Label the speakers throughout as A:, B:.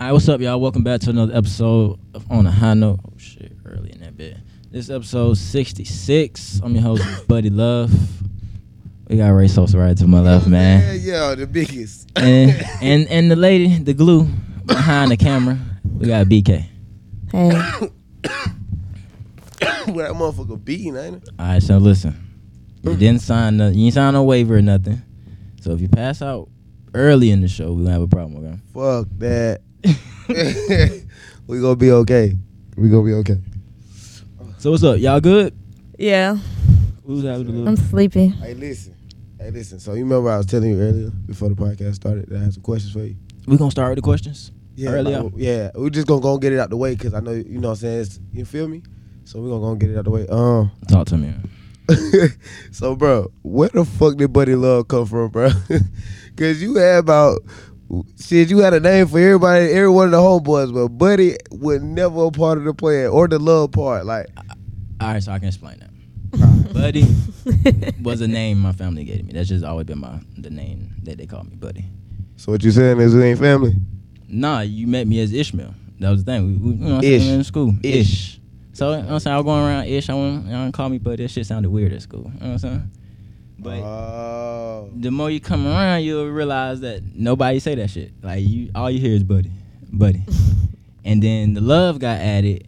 A: All right, what's up, y'all? Welcome back to another episode of On a High Note. Oh shit, early in that bit. This is episode sixty six. I'm your host, Buddy Love. We got Ray Sosa right to my left, man.
B: Yeah, the biggest.
A: And and and the lady, the glue behind the camera. We got BK.
C: Hey,
B: Where that motherfucker beating, ain't it?
A: All right, so listen.
B: Mm.
A: You didn't sign no, you didn't sign no waiver or nothing. So if you pass out early in the show, we're gonna have a problem, okay?
B: Fuck that. we gonna be okay. We gonna be okay.
A: so what's up? Y'all good?
C: yeah,
A: Who's having a
C: I'm
A: little
C: sleepy.
B: Hey, listen. Hey, listen. So you remember I was telling you earlier before the podcast started that I had some questions for you.
A: we gonna start with the questions?
B: Yeah,
A: Early
B: like,
A: on.
B: yeah. We're just gonna go and get it out the way because I know you know what I'm saying. It's, you feel me? So we gonna go and get it out the way. Um.
A: Talk to me.
B: so, bro, where the fuck did Buddy Love come from, bro? Because you had about shit, you had a name for everybody, every one of the homeboys, but Buddy was never a part of the plan or the love part. Like,
A: All right, so I can explain that. Buddy was a name my family gave me. That's just always been my the name that they called me, buddy.
B: so what you saying is we ain't family?
A: Nah, you met me as Ishmael. That was the thing. We, we, you know, what I'm saying,
B: Ish.
A: we were in school.
B: Ish.
A: So you know what I'm saying I was going around Ish. I wouldn't, I wouldn't call me buddy. That shit sounded weird at school. You know what I'm saying? But
B: Uh. oh,
A: the more you come around, you'll realize that nobody say that shit. Like you, all you hear is buddy, buddy. and then the love got added.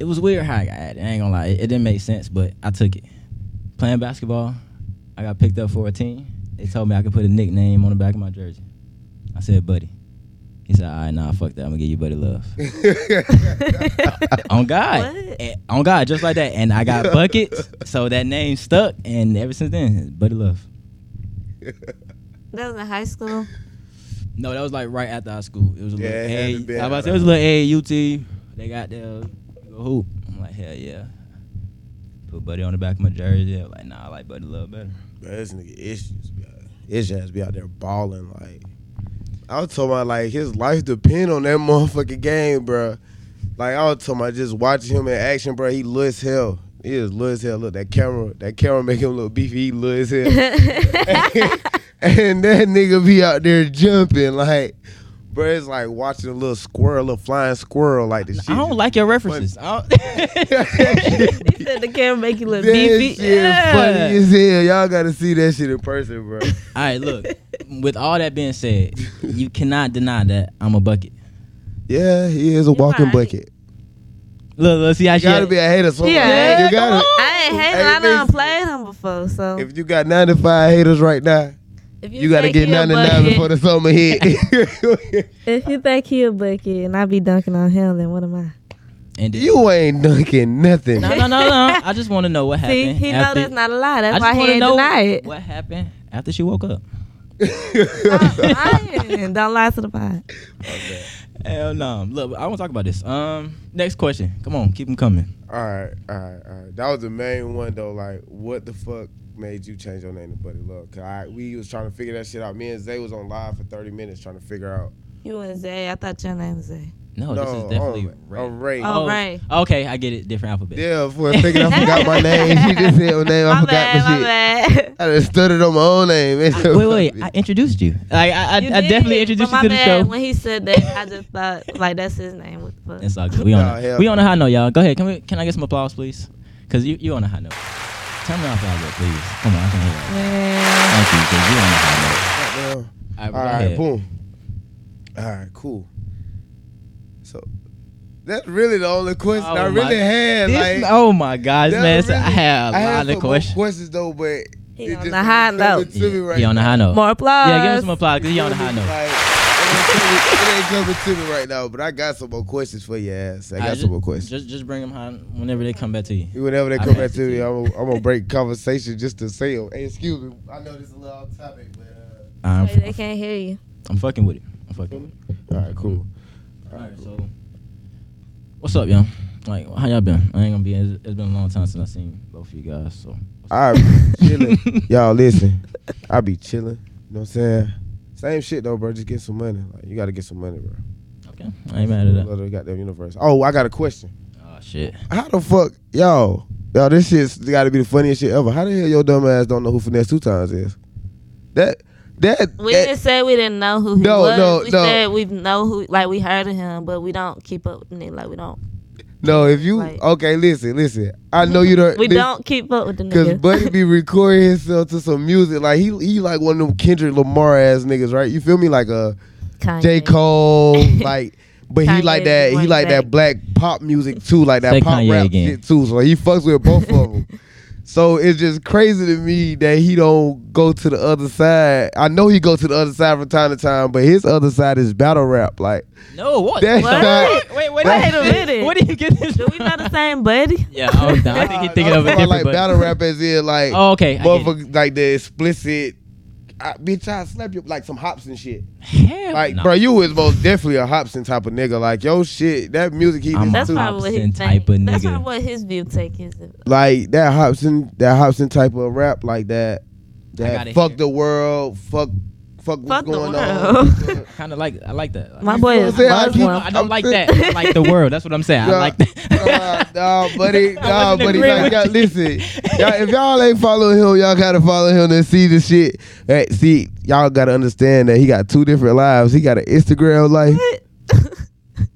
A: It was weird how I got added. I ain't gonna lie, it, it didn't make sense, but I took it. Playing basketball, I got picked up for a team. They told me I could put a nickname on the back of my jersey. I said buddy. He said, "All right, nah, fuck that. I'm gonna give you buddy love." on God,
C: What?
A: And- on God, just like that. And I got buckets, so that name stuck. And ever since then, it's buddy love.
C: That was in high school.
A: No, that was like right after high school. It was a
B: Yeah, it had to
A: little
B: be
A: A. I was about to
B: after
A: say, it was a little AUT. They got the go hoop. I'm like, hell yeah. Put Buddy on the back of my jersey. I was like, nah, I like Buddy a little better.
B: bro, this nigga issues, bro. Ish has be out there balling like. I was talking about like his life depend on that motherfucking game, bro. Like I was talking about just watching him in action, bro. He look as hell. He is look as hell. Look that camera. That camera make him look beefy. He look as hell. and that nigga be out there jumping like, bro. It's like watching a little squirrel, a flying squirrel, like the shit.
A: I don't
B: just-
A: like your references. I don't-
C: he said the camera make you look
B: That
C: beefy.
B: shit
A: Yeah.
B: funny as hell. Y'all gotta see that shit in person, bro.
A: all right, look. With all that being said, you cannot deny that I'm a bucket.
B: Yeah, he is a
C: You're
B: walking
C: right.
B: bucket.
A: Look, look, see how
B: You
A: she.
B: gotta be a hater somewhere.
C: Yeah.
B: you gotta.
C: I ain't hating. I
B: Hey,
C: done
B: listen.
C: played him before, so
B: If you got 95 haters right now,
C: if
B: you gotta
C: think
B: get
C: he a
B: 99
C: bucket-
B: before the summer hit.
C: If you think he a bucket and I be dunking on him, then what am I?
A: and then-
B: you ain't dunking nothing.
A: no, no, no, no. I just want to know what
C: See,
A: happened.
C: he know
A: after-
C: that's not a lie.
A: I
C: That's
A: just
C: why he
A: wanna
C: ain't
A: know
C: deny it.
A: What happened after she woke up?
C: I, I ain't. Don't lie to the pod.
A: Hell no. Look, I want to talk about this. Um, next question. Come on, keep them coming.
B: All right, all right, all right. That was the main one though. Like, what the fuck made you change your name to Buddy Love? Cause I, we was trying to figure that shit out. Me and Zay was on live for thirty minutes trying to figure out.
C: You and Zay. I thought your name was Zay.
A: No,
B: no,
A: Oh, this is definitely
B: um,
A: Ray.
B: uh, Ray.
C: Oh. Ray.
A: Okay, I get it. Different alphabet.
B: Yeah, for a second I forgot my name. She just said her name. I
C: my
B: forgot
C: bad.
B: my
C: My
B: shit.
C: bad.
B: I just stuttered on my own name.
A: I- wait, wait. I introduced you. Like, I, I,
C: You
A: I
C: did,
A: definitely
C: but
A: introduced you
C: my
A: to the
C: bad.
A: show.
C: When he said that, I just thought like that's his name. What the fuck?
A: It's all good. We on.
B: Nah,
A: a,
B: hell
A: we on a high note, y'all. Go ahead. Can we? Can I get some applause, please? Cause you you on a high note. Turn me off a little, please. Come on, I can hear that.
C: Man.
A: Thank you. Cause you on a high
B: Goddamn.
A: note.
B: All right, boom. All right, cool. So that's really the only question I
A: Oh, my-
B: really had.
A: This,
B: like,
A: oh my gosh,
B: that
A: man! So I
B: really-
A: have a
B: I
A: lot
B: had some
A: of
B: more
A: questions.
B: questions though, but
C: He
B: it
C: on
B: just
C: the high
B: ain't coming
C: note.
B: to me
A: Yeah,
B: right
A: he on a
B: now.
A: high note.
C: More applause.
A: Yeah, give him some applause. Cause he on a high note.
B: Like, it, ain't coming, it ain't coming to me right now, but I got some more questions for your ass. I got
A: Alright,
B: some more
A: just-
B: questions.
A: Just just bring them high whenever they come back to you.
B: Whenever they
A: I
B: come
A: got
B: back to
A: you.
B: me, I'm gonna break conversation just to say, them. "Hey, excuse me, I know this is a little off topic, but
A: I'm,
C: Wait, they can't hear you.
A: I'm fucking with it. I'm fucking with it.
B: uh, all right, cool."
A: All right, so what's up, y'all? Like, how y'all been? I ain't gonna be. It's, it's been a long time since I seen both of you guys. So
B: I be chilling. Y'all listen. I be chilling. You know what I'm saying? Same shit though, bro. Just get some money. Like you gotta get some money, bro.
A: okay, I ain't mad at that.
B: Love the goddamn universe. Oh, I got a question.
A: Oh shit.
B: How the fuck, y'all? Y'all, this shit's gotta be the funniest shit ever. How the hell your dumb ass don't know who finesse two times is? That That,
D: We
B: that-
D: didn't say we didn't know who he
B: No,
D: was.
B: no,
D: we
B: no.
D: said we know who, like we heard of him, but we don't keep up. with him. Like we don't,
B: no, if you
D: like-
B: okay, listen, listen. I know you don't.
D: we
B: this-
D: don't keep up with the
B: Cause
D: nigga.
B: Buddy be recording himself to some music. Like he he like one of them Kendrick Lamar ass niggas, right? You feel me? Like uh, a
D: Kanye.
B: J. Cole, like but he
D: Kanye
B: like that he
D: went
B: like that
D: back.
B: black pop music too, like that
A: Say
B: pop
A: Kanye
B: rap
A: again.
B: shit too. So he fucks with both of them. So it's just crazy to me that he don't go to the other side. I know he go to the other side from time to time, but his other side is battle rap. Like
A: No, what?
B: that's
D: What?
B: not
A: Wait, wait,
D: Wait a minute.
A: Where do you get this?
D: Do we know the same buddy?
A: Yeah, I, was down. I think he's thinking of a
B: I'm talking
A: different.
B: about, like
A: buddy.
B: battle rap as in like
A: Oh, okay. I get it.
B: motherfucker, like the explicit. I, bitch, I slap you like some hops and shit.
A: Hell
B: Like,
A: no.
B: bro, you was most definitely a Hopson type of nigga. Like, yo, shit, that music he
A: I'm
D: That's
B: listen
A: a-
B: to,
D: probably what he
A: Hobson
D: think.
A: type of
D: That's
A: nigga.
D: probably what his view take is.
B: like that Hopson, that Hopson type of rap, like that, that
A: gotta
B: fuck
A: hear.
B: the world, fuck, fuck what's
D: Fuck the
B: going
D: world.
B: on.
A: kind of like I like that.
D: My
A: I,
D: boy
B: You
D: is
B: feel what I'm
D: buzzed
B: saying?
A: no,
D: one.
A: I don't
B: I'm
A: like
B: saying-
A: that. I like the world. That's what I'm saying. I
B: Nah,
A: like that.
B: nah, nah, buddy, nah,
A: wasn't
B: buddy.
A: agreeing
B: Like,
A: with
B: y'all,
A: you.
B: listen, y'all, if y'all ain't following him, y'all gotta follow him and see the shit. Hey, see, y'all gotta understand that he got two different lives. He got an Instagram life.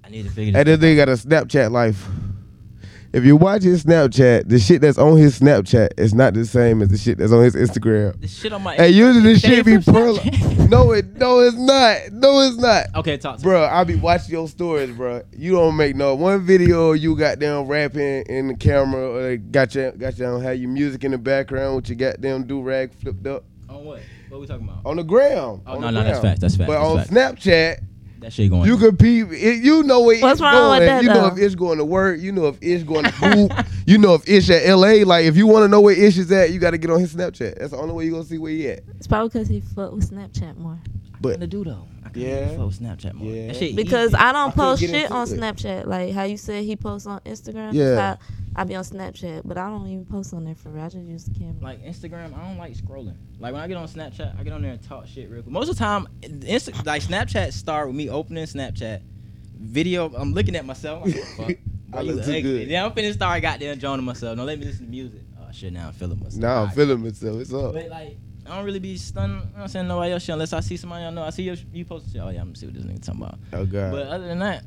A: I need to figure
B: And
A: this.
B: then they got a Snapchat life. If you watch his Snapchat, the shit that's on his Snapchat is not the same as the shit that's on his Instagram.
A: This shit on my.
B: And usually this
A: That
B: shit
A: is
B: be
A: from
B: pearl.
A: Snapchat.
B: No, it no, it's not. No, it's not.
A: Okay, talk. To me.
B: Bro, I be watching your stories, bro. You don't make no one video. You got them rapping in the camera, or they got your got your have your music in the background with your goddamn do rag flipped up
A: On what? What we talking about?
B: on the ground.
A: Oh, no, no, that's facts, that's facts,
B: But
A: that's
B: on
A: facts.
B: Snapchat,
A: That shit going.
B: you could pee. It, you know where
D: What's
B: it's
D: wrong
B: going.
D: with that,
B: you know
D: though?
B: if it's going to work. You know if it's going to poop. you know if it's at L.A. Like if you want to know where Ish is at, you got to get on his Snapchat. That's the only way you gonna see where he at.
D: It's probably because he fucked with Snapchat more.
A: What
B: But
A: to do though? I can
B: Yeah.
A: yeah. Snapchat more.
B: Yeah.
A: That shit
D: Because
A: easy.
D: I
B: I
D: don't
B: couldn't
D: post
B: get
D: shit
B: into
D: on
B: it.
D: Snapchat. Like how you said he posts on Instagram.
B: Yeah.
D: that's how I be on Snapchat, but I don't even post on there for real. I just use the camera.
A: like Instagram, I don't like scrolling. Like when I get on Snapchat, I get on there and talk shit real quick. Most of the time, Insta- like Snapchat start with me opening Snapchat video. I'm looking at myself. I'm like, fuck.
B: I
A: Are
B: look
A: you
B: too
A: ugly?
B: good.
A: Then I'm finna start goddamn joining myself. Don't let me listen to music. Oh shit, now I'm feeling myself.
B: now I'm
A: Alright.
B: feeling myself. It's up.
A: But like, I don't really be stunned. You know what I'm saying nobody else shit unless I see somebody I know. I see your, you post shit. Oh yeah, I'm gonna see what this nigga talking about.
B: Oh
A: But uh,
B: god.
A: other than that,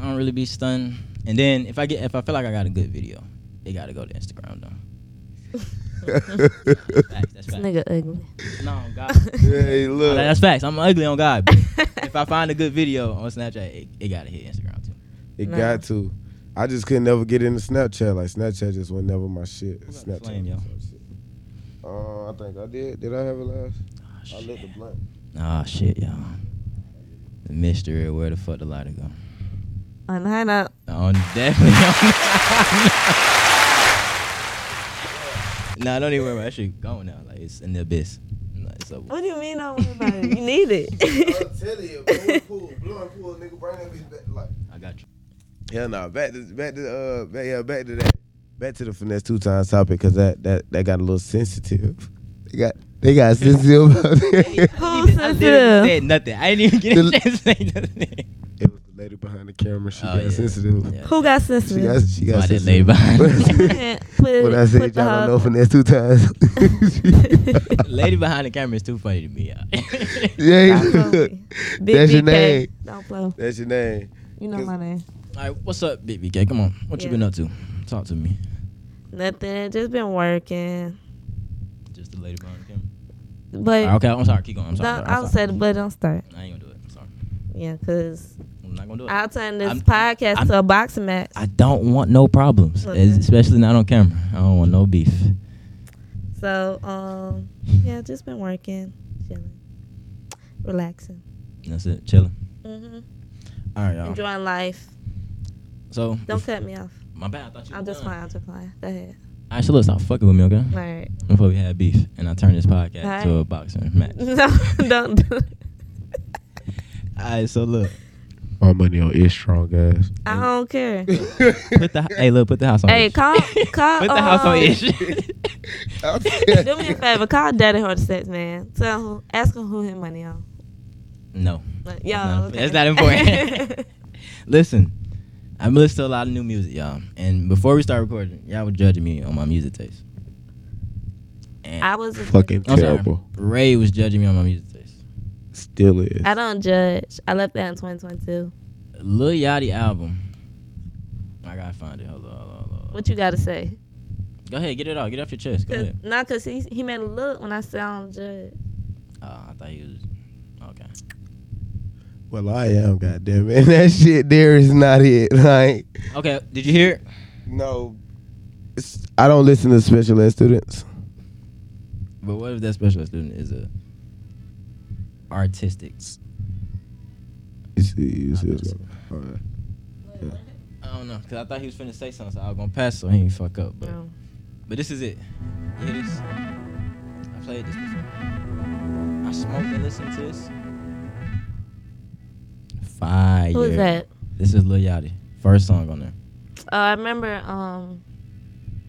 A: I don't really be stunned. And then if I get if I feel like I got a good video, it gotta go to Instagram though. Facts, that's
D: This
A: facts.
D: nigga ugly.
A: No, God.
B: hey, look.
A: Like, that's facts. I'm ugly on God. But if I find a good video on Snapchat, it, it gotta hit Instagram too.
B: It
D: Nah.
B: got to. I just could never get into Snapchat. Like Snapchat just was never my shit.
A: got the
B: Snapchat.
A: flame, yo?
B: was my shit. Uh, I think I did. Did I have it last?
A: Oh
B: I
A: shit,
B: lit the blunt.
A: oh, shit y'all. The mystery of where the fuck the lighter go.
D: On high note,
A: On definitely. On, nah, don't even worry about it. that shit. Gone now. Like it's in the abyss. Nah, it's over.
D: what do you mean? Don't worry about it. You need it.
B: telling you, pool, blowing pool, nigga, bring that bitch back. Like,
A: I got you.
B: Hell no, back to back to uh back, yeah back to that back to the finesse two times topic because that that that got a little sensitive. They got they got sensitive about it.
D: Who's
A: I
D: sensitive?
A: literally said nothing. I didn't even get
B: The-
A: a chance to say nothing.
B: It was the lady behind the camera. She
A: Oh,
B: got
A: yeah.
B: sensitive.
A: Yeah.
D: Who got
B: She
D: sensitive?
B: got she got
A: Why that
B: sensitive.
A: lady behind the
D: Man, put,
B: when I said y'all
D: put the
B: don't
D: hug-
B: know finesse two times.
A: Lady behind the camera is too funny to me. y'all.
B: yeah,
D: I'm
B: look,
D: hungry. Big
B: That's your
D: BK.
B: name.
D: Don't play. with-
B: that's your name.
D: You know my name.
A: All right, what's up, Big BK? Come on. What you
D: Yeah.
A: been up to? Talk to me.
D: Nothing. Just been working.
A: Just the lady behind the camera.
D: But
A: Alright, okay, I'm sorry. Keep going. I'm sorry.
D: don't,
A: I'm
D: I'll
A: sorry.
D: say the but don't start.
A: I ain't gonna do it. I'm sorry.
D: Yeah, because
A: I'm not gonna do it. I,
D: I'll turn this
A: I'm-
D: podcast
A: I'm-
D: to a boxing match.
A: don't want no problems,
D: Okay.
A: es- especially not on camera. I don't want no beef.
D: So, um, yeah, just been working, chilling, relaxing,
A: That's it. Chilling. Mm-hmm.
D: hmm
A: All right, y'all.
D: enjoying life.
A: So
D: Don't cut me off.
A: my bad. I thought you.
D: I'm
A: were
D: just
A: done.
D: playing. I'm just playing. Go ahead.
A: All right, so look, stop fucking with me, okay?
D: All right.
A: Before we had beef, and I turned this podcast
D: Alright.
A: to a boxing match.
D: No, don't do it.
A: All right, so look,
B: My money on is strong guys.
A: Mm.
D: I don't care.
A: put the hey, look, put the house on.
D: Hey,
A: ish.
D: call- call,
A: put the house on
D: um,
A: ish.
D: Do me a favor. Call Daddy Hard Sex, man. Tell him, ask him who his money on.
A: no, not-
D: Like, yo, okay.
A: that's not important. listen, I'm listening to a lot of new music, y'all. And before we start recording, y'all were judging me on my music taste. And
D: I was a-
B: Fucking
A: I'm sorry.
B: terrible.
A: Ray was judging me on my music taste.
B: Still is.
D: I don't judge. I left that in 2022.
A: Lil Yachty album. I gotta find it. Hold on, hold on, hold on. hold on.
D: What you gotta say?
A: Go ahead, get it out. Get it off your chest. Go
D: Cause,
A: ahead.
D: not cause he he made a look when I said I don't judge.
A: Oh, I thought he was okay.
B: Well, I am. Goddamn it, that shit there is not it. Like,
A: Okay, did you hear it?
B: no, it's, I don't listen to special ed students.
A: But what if that special ed student is a artistic?
B: You see, you see what's going on. All right.
A: I don't know, cause I thought he was finna say something, so I was gonna pass so he ain't fuck up. But
D: No.
A: but this is it. Yeah, this. I played this before. I smoked and listened to this. Fire.
D: Who is that?
A: This is Lil Yachty. First song on there.
D: Oh, I remember um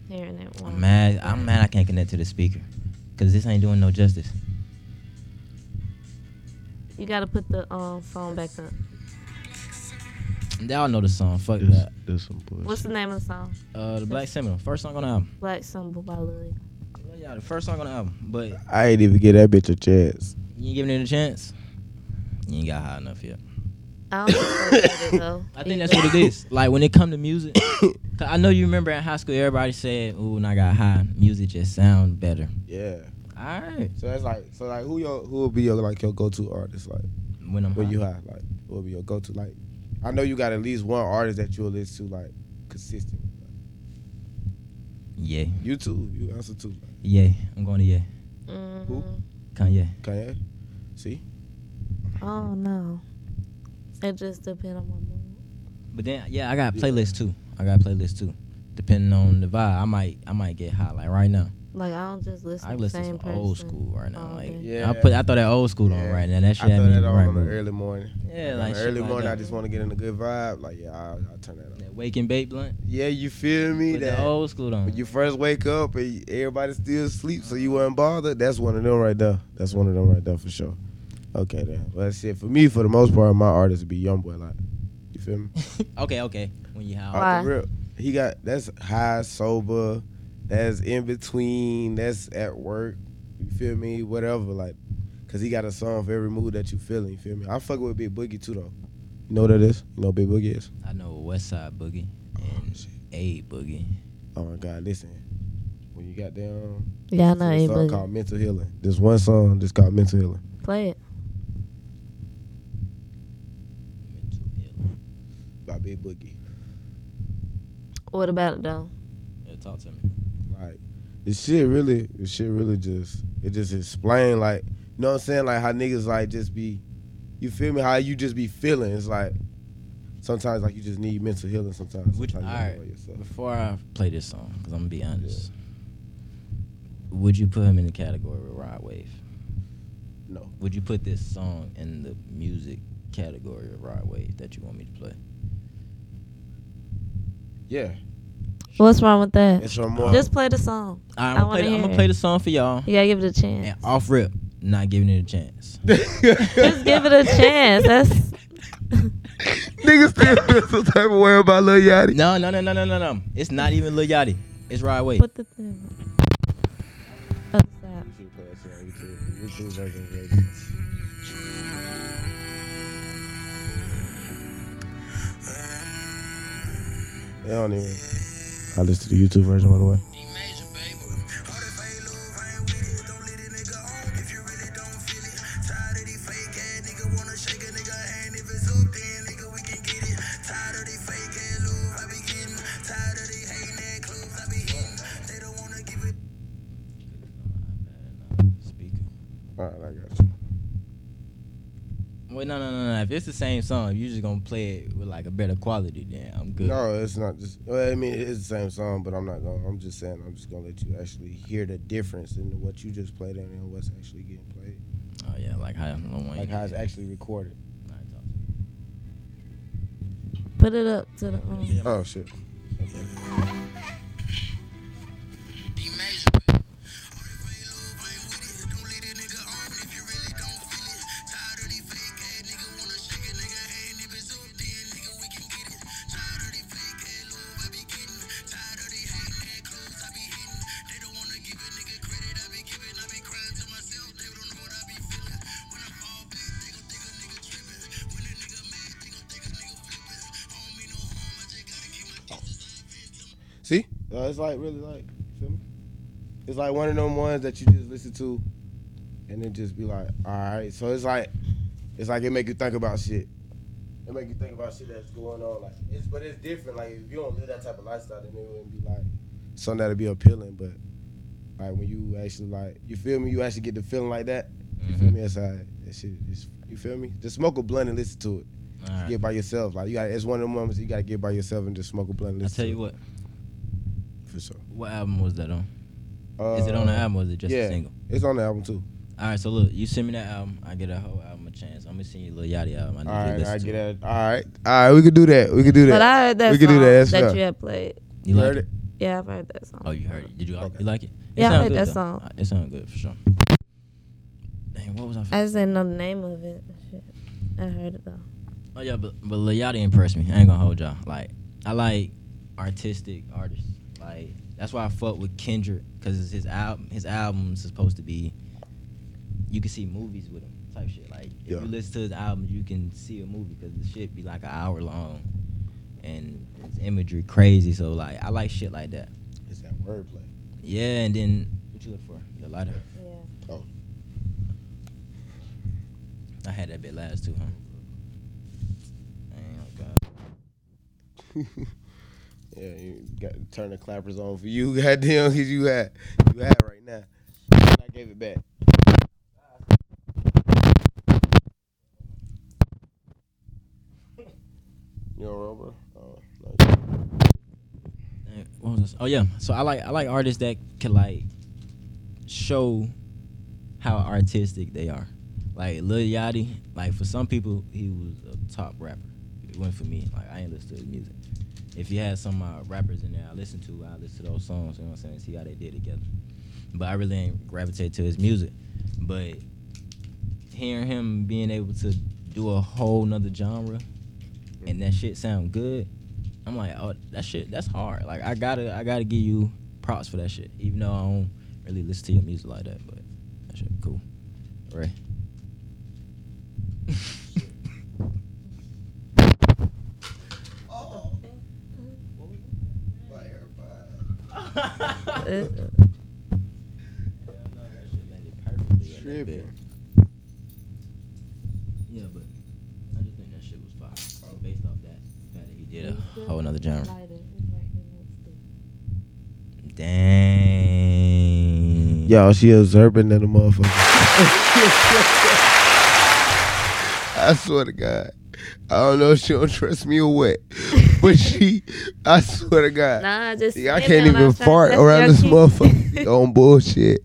D: hearing that one.
A: I'm mad. I'm mad. I can't connect to the speaker, cause this ain't doing no justice.
D: You gotta put the um phone back up.
A: Y'all know the song. Fuck
B: This,
A: that.
B: this some bullshit.
D: What's the name of the song?
A: Uh, the Black Seminole. First song on the album.
D: Black Symbol by Lil. Yachty.
A: Lil Yachty. First song on the album. But
B: I ain't even get that bitch a chance.
A: You ain't giving it a chance. You ain't got high enough yet.
D: I don't think that's it, though.
A: I think that's what it is. Like when it come to music, 'cause I know you remember in high school everybody said, "Ooh, when I got high, music just sound better."
B: Yeah.
A: All right.
B: So that's like, so like, who your who would be your like your go to artist like
A: When I'm
B: when
A: high.
B: you high like who would be your go to like? I know you got at least one artist that you'll listen to like consistent.
A: yeah,
B: You too. You answer too. Like,
A: yeah. I'm going to yeah.
D: Mm,
A: Kanye.
B: Kanye. See.
D: oh no. It just depends on my mood.
A: But then yeah, I got playlists too. I got playlists too. Depending on the vibe, I might I might get high. Like right now,
D: Like I don't just listen.
A: I
D: to the
A: listen
D: same
A: to
D: person.
A: old school right now.
D: Oh,
A: Like
D: okay.
A: I put I throw that old school on
B: Yeah.
A: right now. That
B: I
A: shit
B: throw
A: had me in
B: that
A: the
B: on
A: right
B: on an
A: mood.
B: early morning.
A: Yeah,
B: On
A: like
B: an
A: shit
B: early
A: like
B: morning,
A: that.
B: I just want to get in a good vibe. Like yeah, I'll, I'll turn that on.
A: That wake and bake blunt.
B: Yeah, you feel me?
A: Put
B: That
A: the old school on.
B: when you first wake up and everybody still asleep, so you weren't bothered. That's one of them right there. That's one of them right there for sure. Okay, then. Well, shit. For me, for the most part, my artist would be YoungBoy. Like, you feel me?
A: okay, okay. When you high.
D: Alright. Why?
B: Off the rip, he got that's high sober. That's in between. That's at work. You feel me? Whatever. Like, cause he got a song for every mood that you feeling. You feel me? I fuck with Big Boogie too though. You know what that is? You know what Big Boogie is?
A: I know West Side Boogie and
B: shit.
A: A Boogie.
B: Oh my God! Listen, when you got down.
D: Yeah, I know
B: There's
D: it,
B: a song
D: but
B: called Mental Healing. There's one song that's called Mental Healing.
D: play it.
A: Mental ill.
B: by Big Boogie.
D: What about it though?
A: Yeah, talk to me.
B: Like this shit really this shit really just it just explain like you know what I'm saying? Like how niggas like just be you feel me? How you just be feeling. It's like sometimes like you just need mental healing sometimes.
A: Which-
B: sometimes
A: alright.
B: you gotta know yourself.
A: Before I play this song, because I'm gonna be honest. Would you put him in the category with Rod Wave?
B: No.
A: Would you put this song in the music category of Rod Wave that you want me to play?
B: Yeah.
D: What's wrong with that?
B: It's from more
D: Just play the song.
A: Alright,
D: I
A: I'm, gonna play
D: wanna
A: the- I'm
D: hear
A: gonna
D: it.
A: play the song for y'all.
D: You gotta give it a chance.
A: And off rip, not giving it a chance.
D: Just give it a chance. That's
B: Niggas still feel some type of way about Lil Yachty.
A: no, no, no, no, no, no, no. It's not even Lil Yachty. It's Rod Wave.
D: put the thing. Oh, stop.
B: You should play that shit on YouTube. YouTube version is ready. They don't even. I listen to the YouTube version, by the way.
A: Speaker.
B: All right, I got you.
A: Wait, no, no, no, no. If it's the same song, if you just gonna play it with like a better quality, then I'm good.
B: No, it's not just. Well, I mean, it's the same song, but I'm not going. I'm just saying, I'm just gonna let you actually hear the difference in what you just played and then what's actually getting played,
A: Oh yeah, like how I don't want
B: like
A: you.
B: how it's actually recorded.
D: Put it up to the um.
B: Oh shit. See, uh, it's like really like, you feel me? It's like one of them ones that you just listen to, and then just be like, all right. So it's like, it's like it make you think about shit. It make you think about shit that's going on. Like it's, but it's different. Like if you don't live that type of lifestyle, then it wouldn't be like something that'd be appealing. But like when you actually like, you feel me? You actually get the feeling like that. You
A: Mm-hmm.
B: feel me? That's how that shit. Is, you feel me? Just smoke a blunt and listen to it.
A: Mm-hmm. All right.
B: Get by yourself. Like you got. It's one of the moments you gotta get by yourself and just smoke a blunt. And
A: I
B: listen
A: tell you
B: to
A: what,
B: it, for sure.
A: what album was that on?
B: Uh,
A: Is it on the album or is it just
B: yeah.
A: a single?
B: It's on the album too.
A: All right, so look, you send me that album, I get a whole album a chance. I'm gonna send you Lil Yachty album. I need
B: All
A: you to
B: right,
A: listen
B: I
A: to
B: get that. All right, all right, we could do that. We could do that.
D: But I heard that
B: We
D: we
B: can do
D: song
B: that,
D: that,
B: that's fair.
D: you had played.
A: You like
B: heard
A: it?
B: it?
D: Yeah, I've heard that song.
A: Oh, you heard it? Did you like,
B: Okay.
A: you like it? It
D: Yeah, I
A: sound
D: like
A: good,
D: that
A: though.
D: song.
A: Uh, It sounds good for sure. Dang, what was I?
C: I just didn't know the name of it. Shit. I heard it though.
A: Oh yeah, but but Lil Yachty impressed me. I ain't gonna hold y'all. Like I like artistic artists. Like that's why I fuck with Kendrick because his album his albums is supposed to be. You can see movies with him type shit. Like if
B: Yeah.
A: you listen to his albums, you can see a movie because the shit be like an hour long, and his imagery crazy. So like I like shit like that.
B: It's that wordplay.
A: Yeah, and then what you look for? The lighter.
C: Yeah.
A: I had that bit last too, huh? Dang, oh God.
B: Yeah, you got to turn the clappers on for you, goddamn, cause you had you had right now. And I gave it back. You all right, bro? Oh, nice.
A: Uh, what was this? Oh yeah. So I like I like artists that can like show how artistic they are. Like Lil Yachty, like for some people he was a top rapper. It wasn't for me. Like I ain't listen to his music. If you had some uh, rappers in there I listen to, I listen to those songs. You know what I'm saying? See how they did together. But I really ain't gravitate to his music. But hearing him being able to do a whole nother genre and that shit sound good, I'm like, oh, that shit, that's hard. Like, I gotta, I gotta give you props for that shit, even though I don't really listen to your music like that. But that shit cool, right?
D: uh,
C: It-
B: Tripping.
A: Yeah, but I just think that shit was fire. So based off that, the fact that he did a whole another genre. Dang.
B: Y'all, she observing that the motherfucker. I swear to God. I don't know if she don't trust me or what. But she, I swear to God.
C: Nah, just
B: I can't even fart around this motherfucker She on bullshit.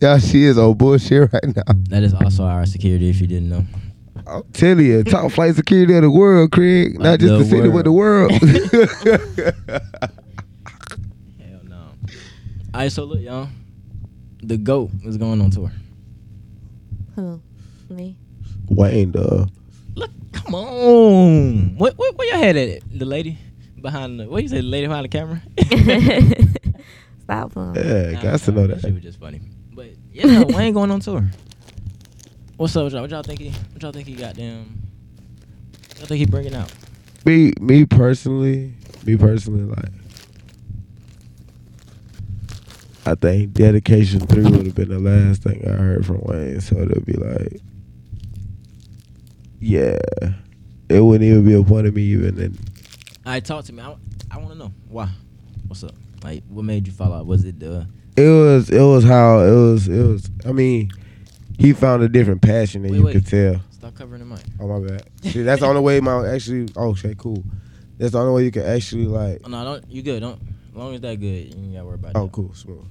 B: Y'all, she is on bullshit right now.
A: That is also our security, if you didn't know.
B: I'm telling you, top flight security of the world, Craig. Not
A: Of
B: just the,
A: the
B: city, but the world.
A: Hell no. All right, so look, y'all. The GOAT is going on tour.
C: Who? Me?
B: Wayne, dog.
A: Look, come on. What, what, where your head at? The lady behind the, what you say, the lady behind the camera?
C: Stop playing.
B: Yeah,
A: Nah,
B: got to
A: nah,
B: know
A: She
B: that.
A: was just funny. But yeah, Wayne going on tour. What's up, with y'all? What y'all think he, what y'all think he got them? What y'all think he bringing out?
B: Me, me personally, me personally, like, I think dedication three would have been the last thing I heard from Wayne, so it'll be like, yeah, it wouldn't even be a point of me even. in
A: All right, talk to me. I, I want to know why. What's up? Like, what made you fall out? Was it the
B: it was, it was how it was, it was. I mean, he found a different passion, and
A: Wait,
B: you
A: wait.
B: could tell.
A: stop covering the mic?
B: Oh my bad. See, that's the only way my actually. Oh, okay, cool. That's the only way you can actually like.
A: Oh, no, don't. You good? Don't. As long as that good, you ain't gotta worry about
B: Oh,
A: that.
B: cool, smooth.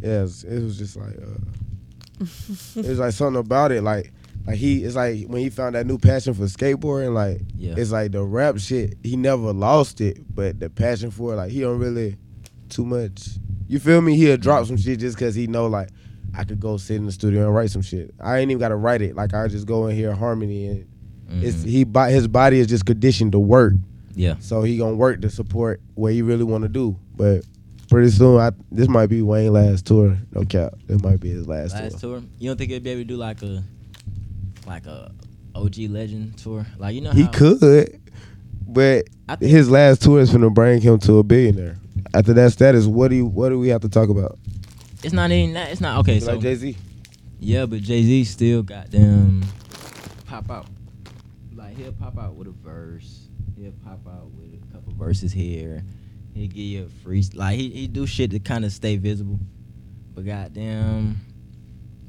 B: Yeah, it was, it was just like. Uh, it was like something about it, like like he. It's like when he found that new passion for skateboarding, like
A: Yeah.
B: it's like the rap shit. He never lost it, but the passion for it, like he don't really too much. You feel me? He'll drop some shit just cause he know like. I could go sit in the studio and write some shit. I ain't even gotta write it. Like I just go in here harmony and
A: Mhm.
B: it's he bo- his body is just conditioned to work.
A: yeah.
B: So he gonna work to support what he really want to do. But pretty soon, I this might be Wayne last tour. No cap, this might be his last,
A: Last
B: tour.
A: tour. You don't think he'd be able to do like a, like a, OG legend tour? Like you know
B: He
A: how
B: could, but
A: I think-
B: his last tour is gonna bring him to a billionaire. After that status, what do you what do we have to talk about?
A: It's not even that. It's not okay. So
B: like Jay Z.
A: yeah, but Jay Z still got them pop out. Like he'll pop out with a verse. He'll pop out with a couple verses here. He'll give you a free. Like he he do shit to kind of stay visible. But goddamn,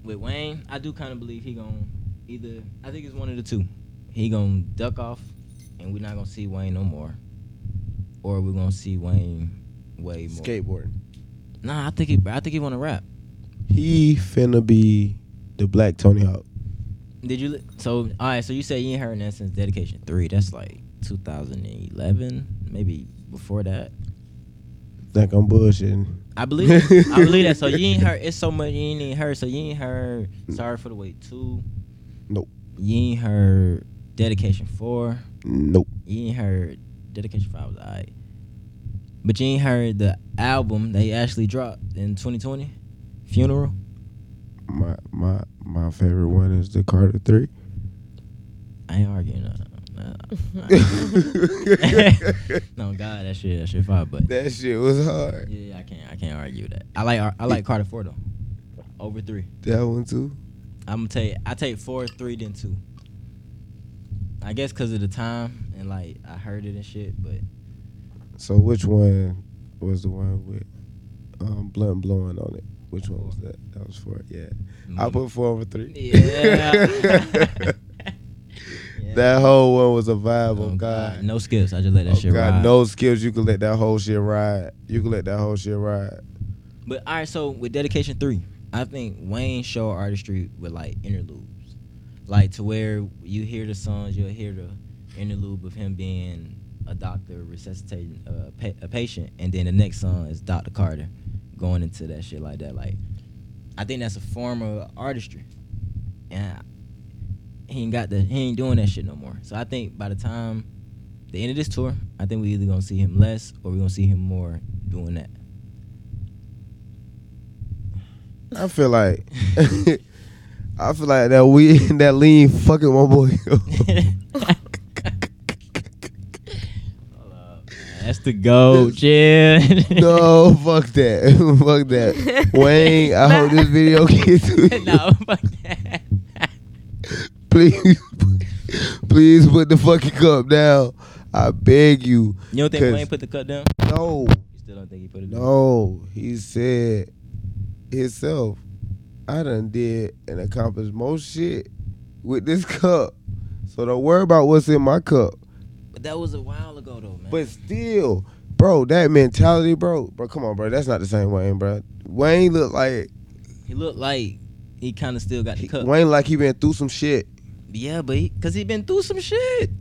A: with Wayne, I do kind of believe he gon' either. I think it's one of the two. He gonna duck off, and we're not gonna see Wayne no more. Or we're gonna see Wayne way more.
B: Skateboarding.
A: Nah, I think he. I think he want to rap.
B: He finna be the black Tony Hawk.
A: Did you? li- So all right. So you said you ain't heard that since Dedication Three. That's like 2011, maybe before that.
B: Like I'm bullshitting.
A: I believe. that. I believe that. So you ain't heard. It's so much you ain't even heard. So you ain't heard. Sorry for the wait two.
B: Nope.
A: You ain't heard Dedication Four.
B: Nope.
A: You ain't heard Dedication Five was alright. But you ain't heard the album they actually dropped in 2020, Funeral.
B: My my my favorite one is the Carter Three.
A: I ain't arguing. uh, No, no,
B: that
A: no, God, that shit, that shit fire. But
B: shit was hard.
A: Yeah, I can't. I can't argue with that. I like. I like Carter four though. Over three.
B: That one too.
A: I'm gonna take. I take four, three, then two. I guess because of the time and like I heard it and shit. But
B: So which one was the one with um blunt blowing on it? Which one was that? That was four. Yeah. I put four over three.
A: Yeah. Yeah.
B: that whole one was a vibe.
A: Oh,
B: Oh God.
A: No skips. I just let that
B: Oh,
A: shit
B: God,
A: ride.
B: no skills. You can let that whole shit ride. You can let that whole shit ride.
A: But all right, so with dedication three, I think Wayne show artistry with like interludes, like to where you hear the songs, you'll hear the interlude of him being a doctor resuscitating uh, a, pa- a patient, and then the next song is Dr. Carter going into that shit like that. Like, I think that's a form of artistry, and I- he ain't got the he ain't doing that shit no more. So I think by the time the end of this tour, I think we either gonna see him less or we gonna see him more doing that.
B: I feel like I feel like that we that lean fucking my boy.
A: That's the go, yeah.
B: no, fuck that. fuck that. Wayne, I hope this video gets to you.
A: no, fuck that.
B: Please please put the fucking cup down. I beg you.
A: You don't think
B: 'Cause-
A: Wayne put the cut down?
B: No.
A: You still don't think he put it down?
B: No. He said himself, I done did and accomplished most shit with this cup. So don't worry about what's in my cup.
A: But that was a while ago, though, man.
B: But still, bro, that mentality, bro, bro, come on, bro, that's not the same Wayne, bro. Wayne look like
A: he looked like he kind of still got the
B: he,
A: cut.
B: Wayne like he been through some shit.
A: Yeah, but he, cause he been through some shit.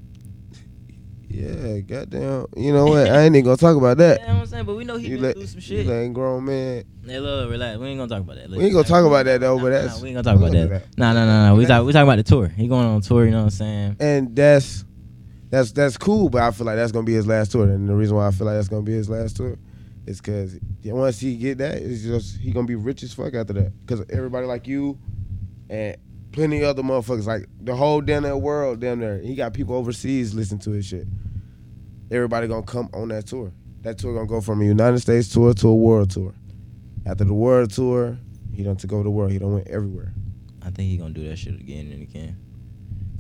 B: Yeah, goddamn. You know what? I ain't even gonna talk about
A: You know
B: that.
A: what I'm saying? But we know he
B: you
A: been
B: let,
A: through some
B: you
A: shit.
B: let grown man.
A: Hey, look, relax. We ain't gonna talk about that.
B: We ain't gonna talk about that though, but that's
A: we ain't gonna talk about
B: look at
A: that. No, no, no, no. We
B: That's-
A: talk, we talking about the tour. He going on tour. You know what I'm saying?
B: And that's that's that's cool, but I feel like that's gonna be his last tour. And the reason why I feel like that's gonna be his last tour is because once he get that, it's just he gonna be rich as fuck after that. Because everybody like you and plenty of other motherfuckers, like the whole damn that world, damn there. He got people overseas listen to his shit. Everybody gonna come on that tour. That tour gonna go from a United States tour to a world tour. After the world tour, he done took over the world. He done went everywhere.
A: I think he gonna do that shit again and again.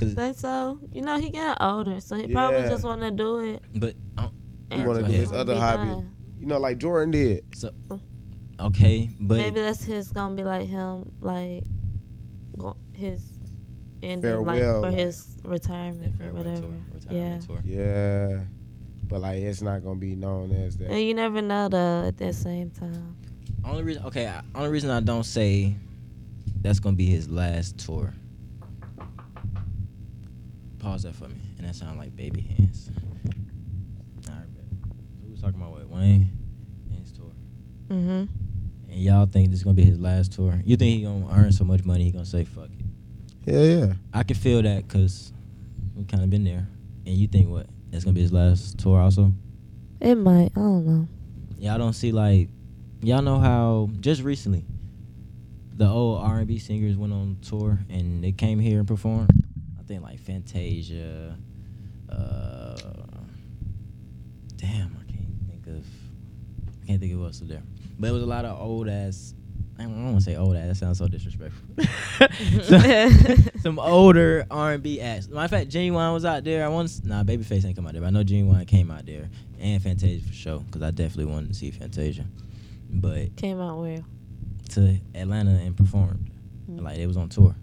A: Cause,
D: Say so. You know, he getting older, so he probably
B: Yeah.
D: just want to do it.
A: but uh,
B: He wanna
A: Go
B: do
A: ahead.
B: his other
D: Be
B: hobby.
D: done.
B: You know, like Jordan did.
A: okay, but
D: Maybe that's his gonna be like him, like go- his end, like
B: Farewell,
D: for
B: like-
D: his retirement or
A: Farewell
D: whatever.
A: tour, retirement tour.
B: Yeah, but like it's not gonna be known as that.
D: And you never know though. At the same time,
A: Only reason, okay, I- only reason I don't say that's gonna be his last tour. Pause that for me, and that sound like baby hands. All right, bet. So we was talking about what Wayne and his tour,
D: mm-hmm.
A: and y'all think this is gonna be his last tour? You think he gonna earn so much money? He gonna say fuck it?
B: Yeah, yeah.
A: I can feel that because we kind of been there, and you think what? That's gonna be his last tour also.
D: it might. I don't know.
A: y'all don't see like y'all know how just recently the old R&B singers went on tour and they came here and performed. I think like Fantasia. Uh, damn, I can't think of. I can't can't think of what's up there. But it was a lot of old ass. I don't want to say old ass. That sounds so disrespectful. some, some older R and B acts. Matter of fact, Genuine was out there. I want to, nah, Babyface ain't come out there. But I know Genuine came out there and Fantasia for sure because I definitely wanted to see Fantasia. But
D: Came out well.
A: to Atlanta and performed,
D: Mm.
A: like it was on tour.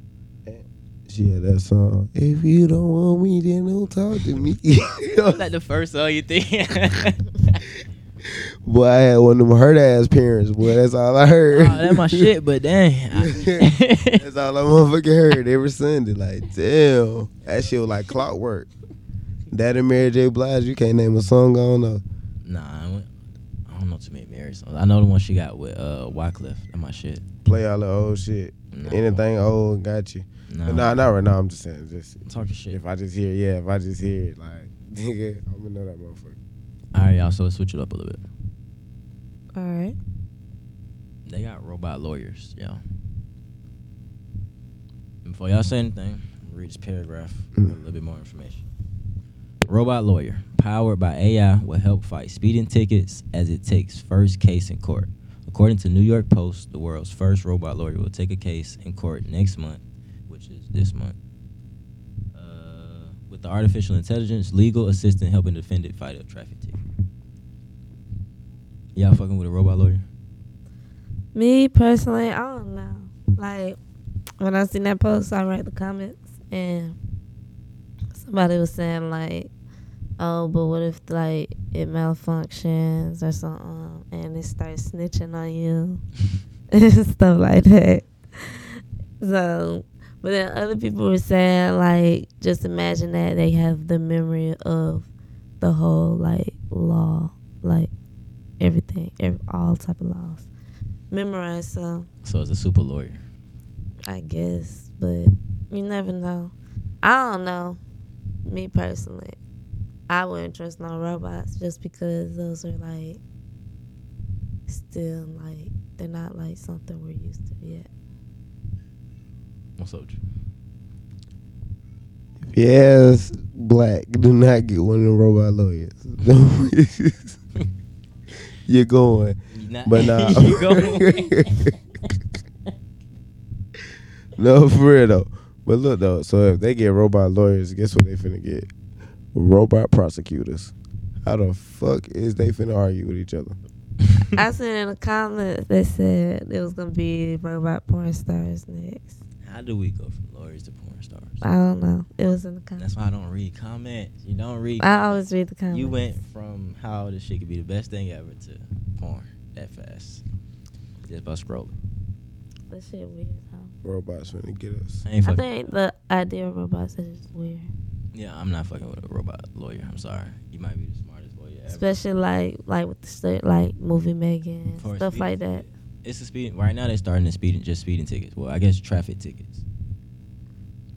B: She had that song. If you don't want me, then don't talk to me.
A: like the first song you think.
B: boy, I had one of them hurt ass parents. Boy, that's all I heard.
A: oh, that's my shit. But dang, I-
B: That's all I motherfucking heard every Sunday. Like, damn, that shit was like clockwork. That and Mary J. Blige, you can't name a song I don't know.
A: nah, I, went, I don't know too many Mary songs. I know the one she got with uh Wyclef. That my shit.
B: Play all the old shit.
A: No,
B: Anything old got you.
A: No,
B: But nah, not right now. I'm just saying, just
A: talking shit.
B: if I just hear, yeah, if I just hear it, like, nigga, I'm gonna know that motherfucker.
A: All right, y'all. So let's switch it up a little bit.
C: All right.
A: They got robot lawyers, y'all. Before y'all say anything, read this paragraph with a little bit more information. Robot lawyer, powered by AI, will help fight speeding tickets as it takes first case in court. According to New York Post, the world's first robot lawyer will take a case in court next month, which is this month. Uh, with the artificial intelligence legal assistant helping the defendant fight a traffic ticket. Y'all fucking with a robot lawyer?
C: Me personally, I don't know. Like when I seen that post, I read the comments, and
D: Somebody was saying like, oh, but what if like it malfunctions or something and it starts snitching on you
C: and stuff like that. So, but then other people were saying like, just imagine that they have the memory of the whole like law, like everything, ev all type of laws memorized. So
A: So it's a super lawyer.
C: I guess, but you never know.
D: I don't know. Me personally, I wouldn't trust no robots just because those are like still like they're not like something we're used to yet.
A: What's up, with
B: Yes, black. Do not get one of them robot lawyers. You're going.
A: you? Not,
B: But nah.
A: you go.
B: No, for real though. But look though, so if they get robot lawyers, guess what they finna get? Robot prosecutors. How the fuck is they finna argue with each other?
D: I seen in the comments they said it was gonna be robot porn stars next.
A: How do we go from lawyers to porn stars?
D: I don't know. It was in the comments.
A: That's why I don't read comments. You don't read.
D: I always read the comments.
A: you went from how this shit could be the best thing ever to porn that fast. Just by scrolling.
D: That shit weird. Though.
B: Robots finna get us.
A: I ain't
D: I
A: fucking.
D: think the idea of robots is just weird,
A: yeah, I'm not fucking with a robot lawyer. I'm sorry. You might be the smartest lawyer ever.
D: especially like like with the stu- like movie making
A: For a
D: and stuff
A: speeding
D: like that.
A: ticket. It's a speeding. Right now they're starting to speeding, just speeding tickets. Well, I guess traffic tickets.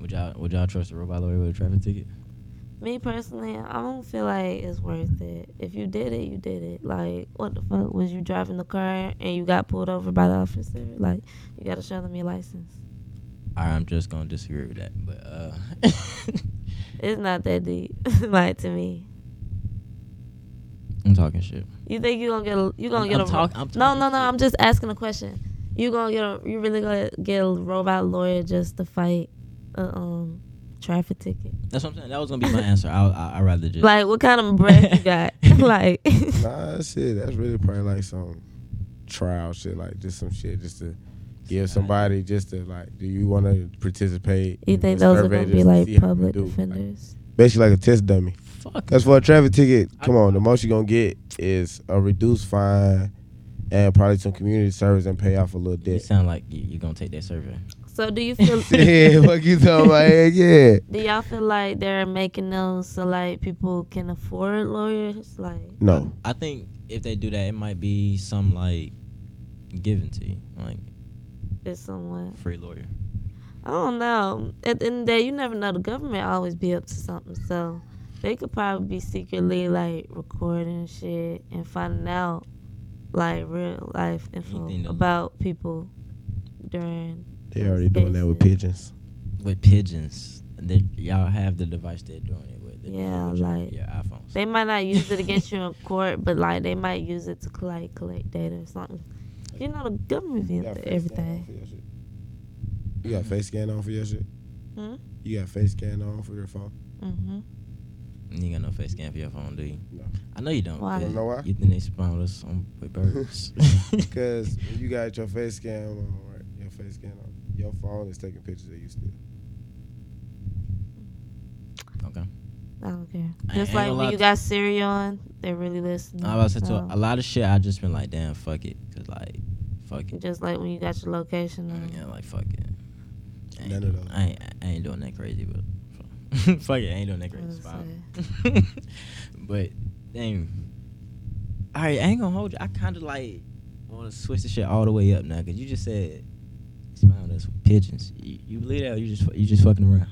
A: Would y'all would y'all trust a robot lawyer with a traffic ticket?
D: Me personally, I don't feel like it's worth it. If you did it, you did it. Like, what the fuck was you driving the car and you got pulled over by the officer? Like, you gotta show them your license.
A: All right, I'm just gonna disagree with that, but uh,
D: It's not that deep, like to me.
A: I'm talking shit.
D: You think you gonna get a, you gonna
A: I'm-
D: get
A: I'm
D: a
A: talk- I'm
D: no
A: talking
D: no no?
A: shit.
D: I'm just asking a question. You gonna get a, you really gonna get a robot lawyer just to fight a um traffic ticket?
A: That's what I'm saying. That was gonna be my answer. I I I'd rather just
D: Like what kind of breath you got? like
B: Nah, shit, that's really probably like some trial shit, like just some shit, just to give somebody, just to like, do you want to participate?
D: you
B: in
D: think
B: the
D: those are
B: survey
D: gonna
B: Mm, just
D: be
B: to
D: like
B: see how you
D: public
B: do? Like,
D: defenders?
B: basically like a test dummy.
A: fuck.
B: Cause for a traffic ticket, come on, the most you gonna get is a reduced fine and probably some community service and pay off a little
A: You
B: debt.
A: sound like you, you gonna take that survey.
D: so do you feel
B: yeah, fuck you talking about? Yeah, yeah.
D: do y'all feel like they're making those so like people can afford lawyers? Like
B: No,
A: I think if they do that, it might be some like given to you, like
D: it's someone
A: free lawyer.
D: I don't know. At the end of the day, you never know. The government always be up to something, so they could probably be secretly like recording shit and finding out like real life info
A: Anything to-
D: about people during.
B: they already doing that with pigeons.
A: With pigeons, They- y'all have the device they're doing it with.
D: Yeah, like
A: yeah, iPhones.
D: they might not use it against you in court, but like they might use it to like collect data or something. You know, the government be
B: You
D: up
B: got
D: to
B: face scan on
D: everything.
B: for your shit? You got face scan on for your shit?
D: Hmm?
B: You got face scan on for your phone?
D: Mm-hmm.
A: You ain't got no face scan for your phone, do you?
B: No.
A: I know you don't.
D: Why?
A: because
B: Um, You know why?
A: You think they spawned us on with birds?
B: Because you got your face scan on, right? Your face scan on. Your phone is taking pictures of you still.
A: okay.
D: I don't care.
A: I ain't
D: Just
A: gonna
D: like
A: lie
D: when you
A: to-
D: got Siri on, they really listen.
A: I was about to say,
D: so,
A: to a lot of shit. I just been like, damn, fuck it, cause like, fuck it.
D: Just like when you got your location on.
A: Yeah, like fuck it. I ain't
B: None of
A: doing-
B: those.
A: I ain't, I ain't doing that crazy, but fuck- fuck it, I ain't doing that crazy.
D: That's
A: it's fine. but damn, all right, I ain't gonna hold you. I kind of like want to switch the shit all the way up now, cause you just said smile us with pigeons. You, you believe that? Or you just fu- you just fucking around.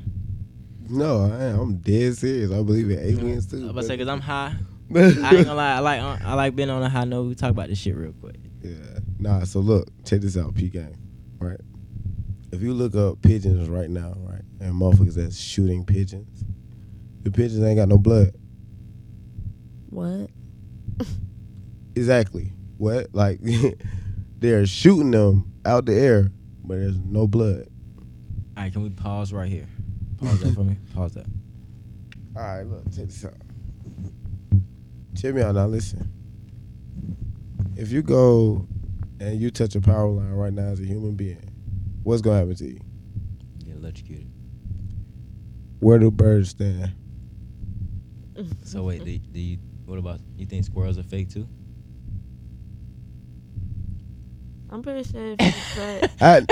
B: No, I am. I'm dead serious. I believe in aliens too.
A: I'm about to say,
B: but-
A: cause I'm high. I ain't gonna lie. I like on- I like being on a high note. We talk about this shit real quick.
B: Yeah. Nah, so look, check this out, P gang. Right? If you look up pigeons right now, right, and motherfuckers that's shooting pigeons, the pigeons ain't got no blood.
C: What?
B: Exactly. What? Like they're shooting them out the air, but there's no blood.
A: All right, can we pause right here? Pause that for me. Pause that.
B: All right, look, check this out. Check me out now. Listen, if you go and you touch a power line right now as a human being, what's gonna happen to you?
A: Get electrocuted.
B: Where do birds stand?
A: So wait, do, do you? What about you? Think squirrels are fake too?
D: I'm pretty sure if you put
B: I,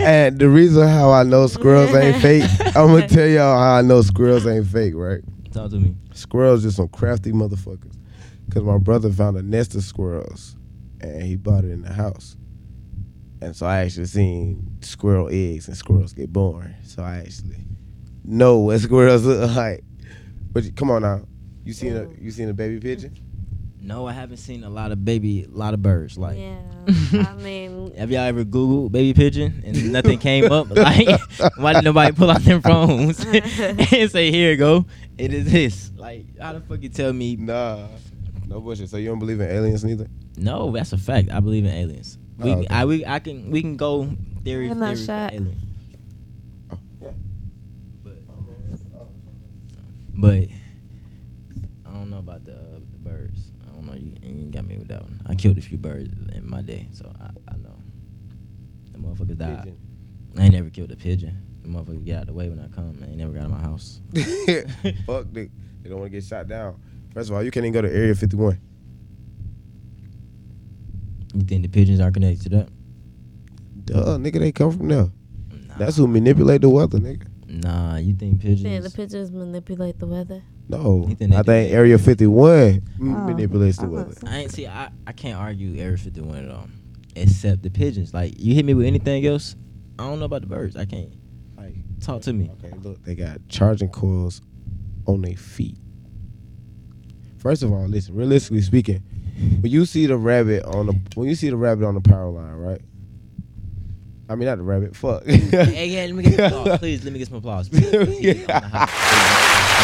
B: and the reason how I know squirrels ain't fake, I'm gonna tell y'all how I know squirrels ain't fake, right?
A: Talk to me.
B: Squirrels just some crafty motherfuckers. Cause my brother found a nest of squirrels, and he bought it in the house. And so I actually seen squirrel eggs and squirrels get born. So I actually know what squirrels look like. But you- come on now, you seen a you seen a baby pigeon?
A: No, I haven't seen a lot of baby, a lot of birds. Like,
D: yeah, I mean,
A: have y'all ever Googled baby pigeon and nothing came up? Like, why did nobody pull out their phones and say, "Here you go, it is this"? Like, how the fuck you tell me?
B: Nah, no bullshit. So you don't believe in aliens neither?
A: No, that's a fact. I believe in aliens. We,
B: Oh, okay.
A: I, we, I can, we can go theory,
D: I'm not
A: theory for
D: shocked.
A: alien.
B: yeah.
A: But, but I don't know about the, uh, the birds. I don't know. You, you got me with that one. I killed a few birds in my day, so I, I know. The motherfuckers died. I ain't never killed a pigeon. The motherfucker get out of the way when I come. I ain't never got in my house.
B: Fuck, nigga. They don't want to get shot down. First of all, you can't even go to Area 51.
A: You think the pigeons are connected to that?
B: Duh, nigga, they come from there.
A: Nah.
B: That's who manipulate the weather, nigga.
A: nah, you think pigeons?
C: Yeah, the pictures manipulate the weather.
B: No,
A: You think they
B: I
A: do
B: think
A: that?
B: Area 51 m-
D: Oh,
B: manipulates the
D: I'm
B: weather.
D: upset.
A: I ain't see. I, I can't argue Area 51 at all, except the pigeons. Like you hit me with anything else, I don't know about the birds. I can't
B: Like,
A: talk to me.
B: okay, look, they got charging coils on their feet. First of all, listen. Realistically speaking, when you see the rabbit on the when you see the rabbit on the power line, right? I mean, not the rabbit. Fuck.
A: hey, yeah, let me get some applause, please. Let me get some applause. please. Please. I don't know how- Thank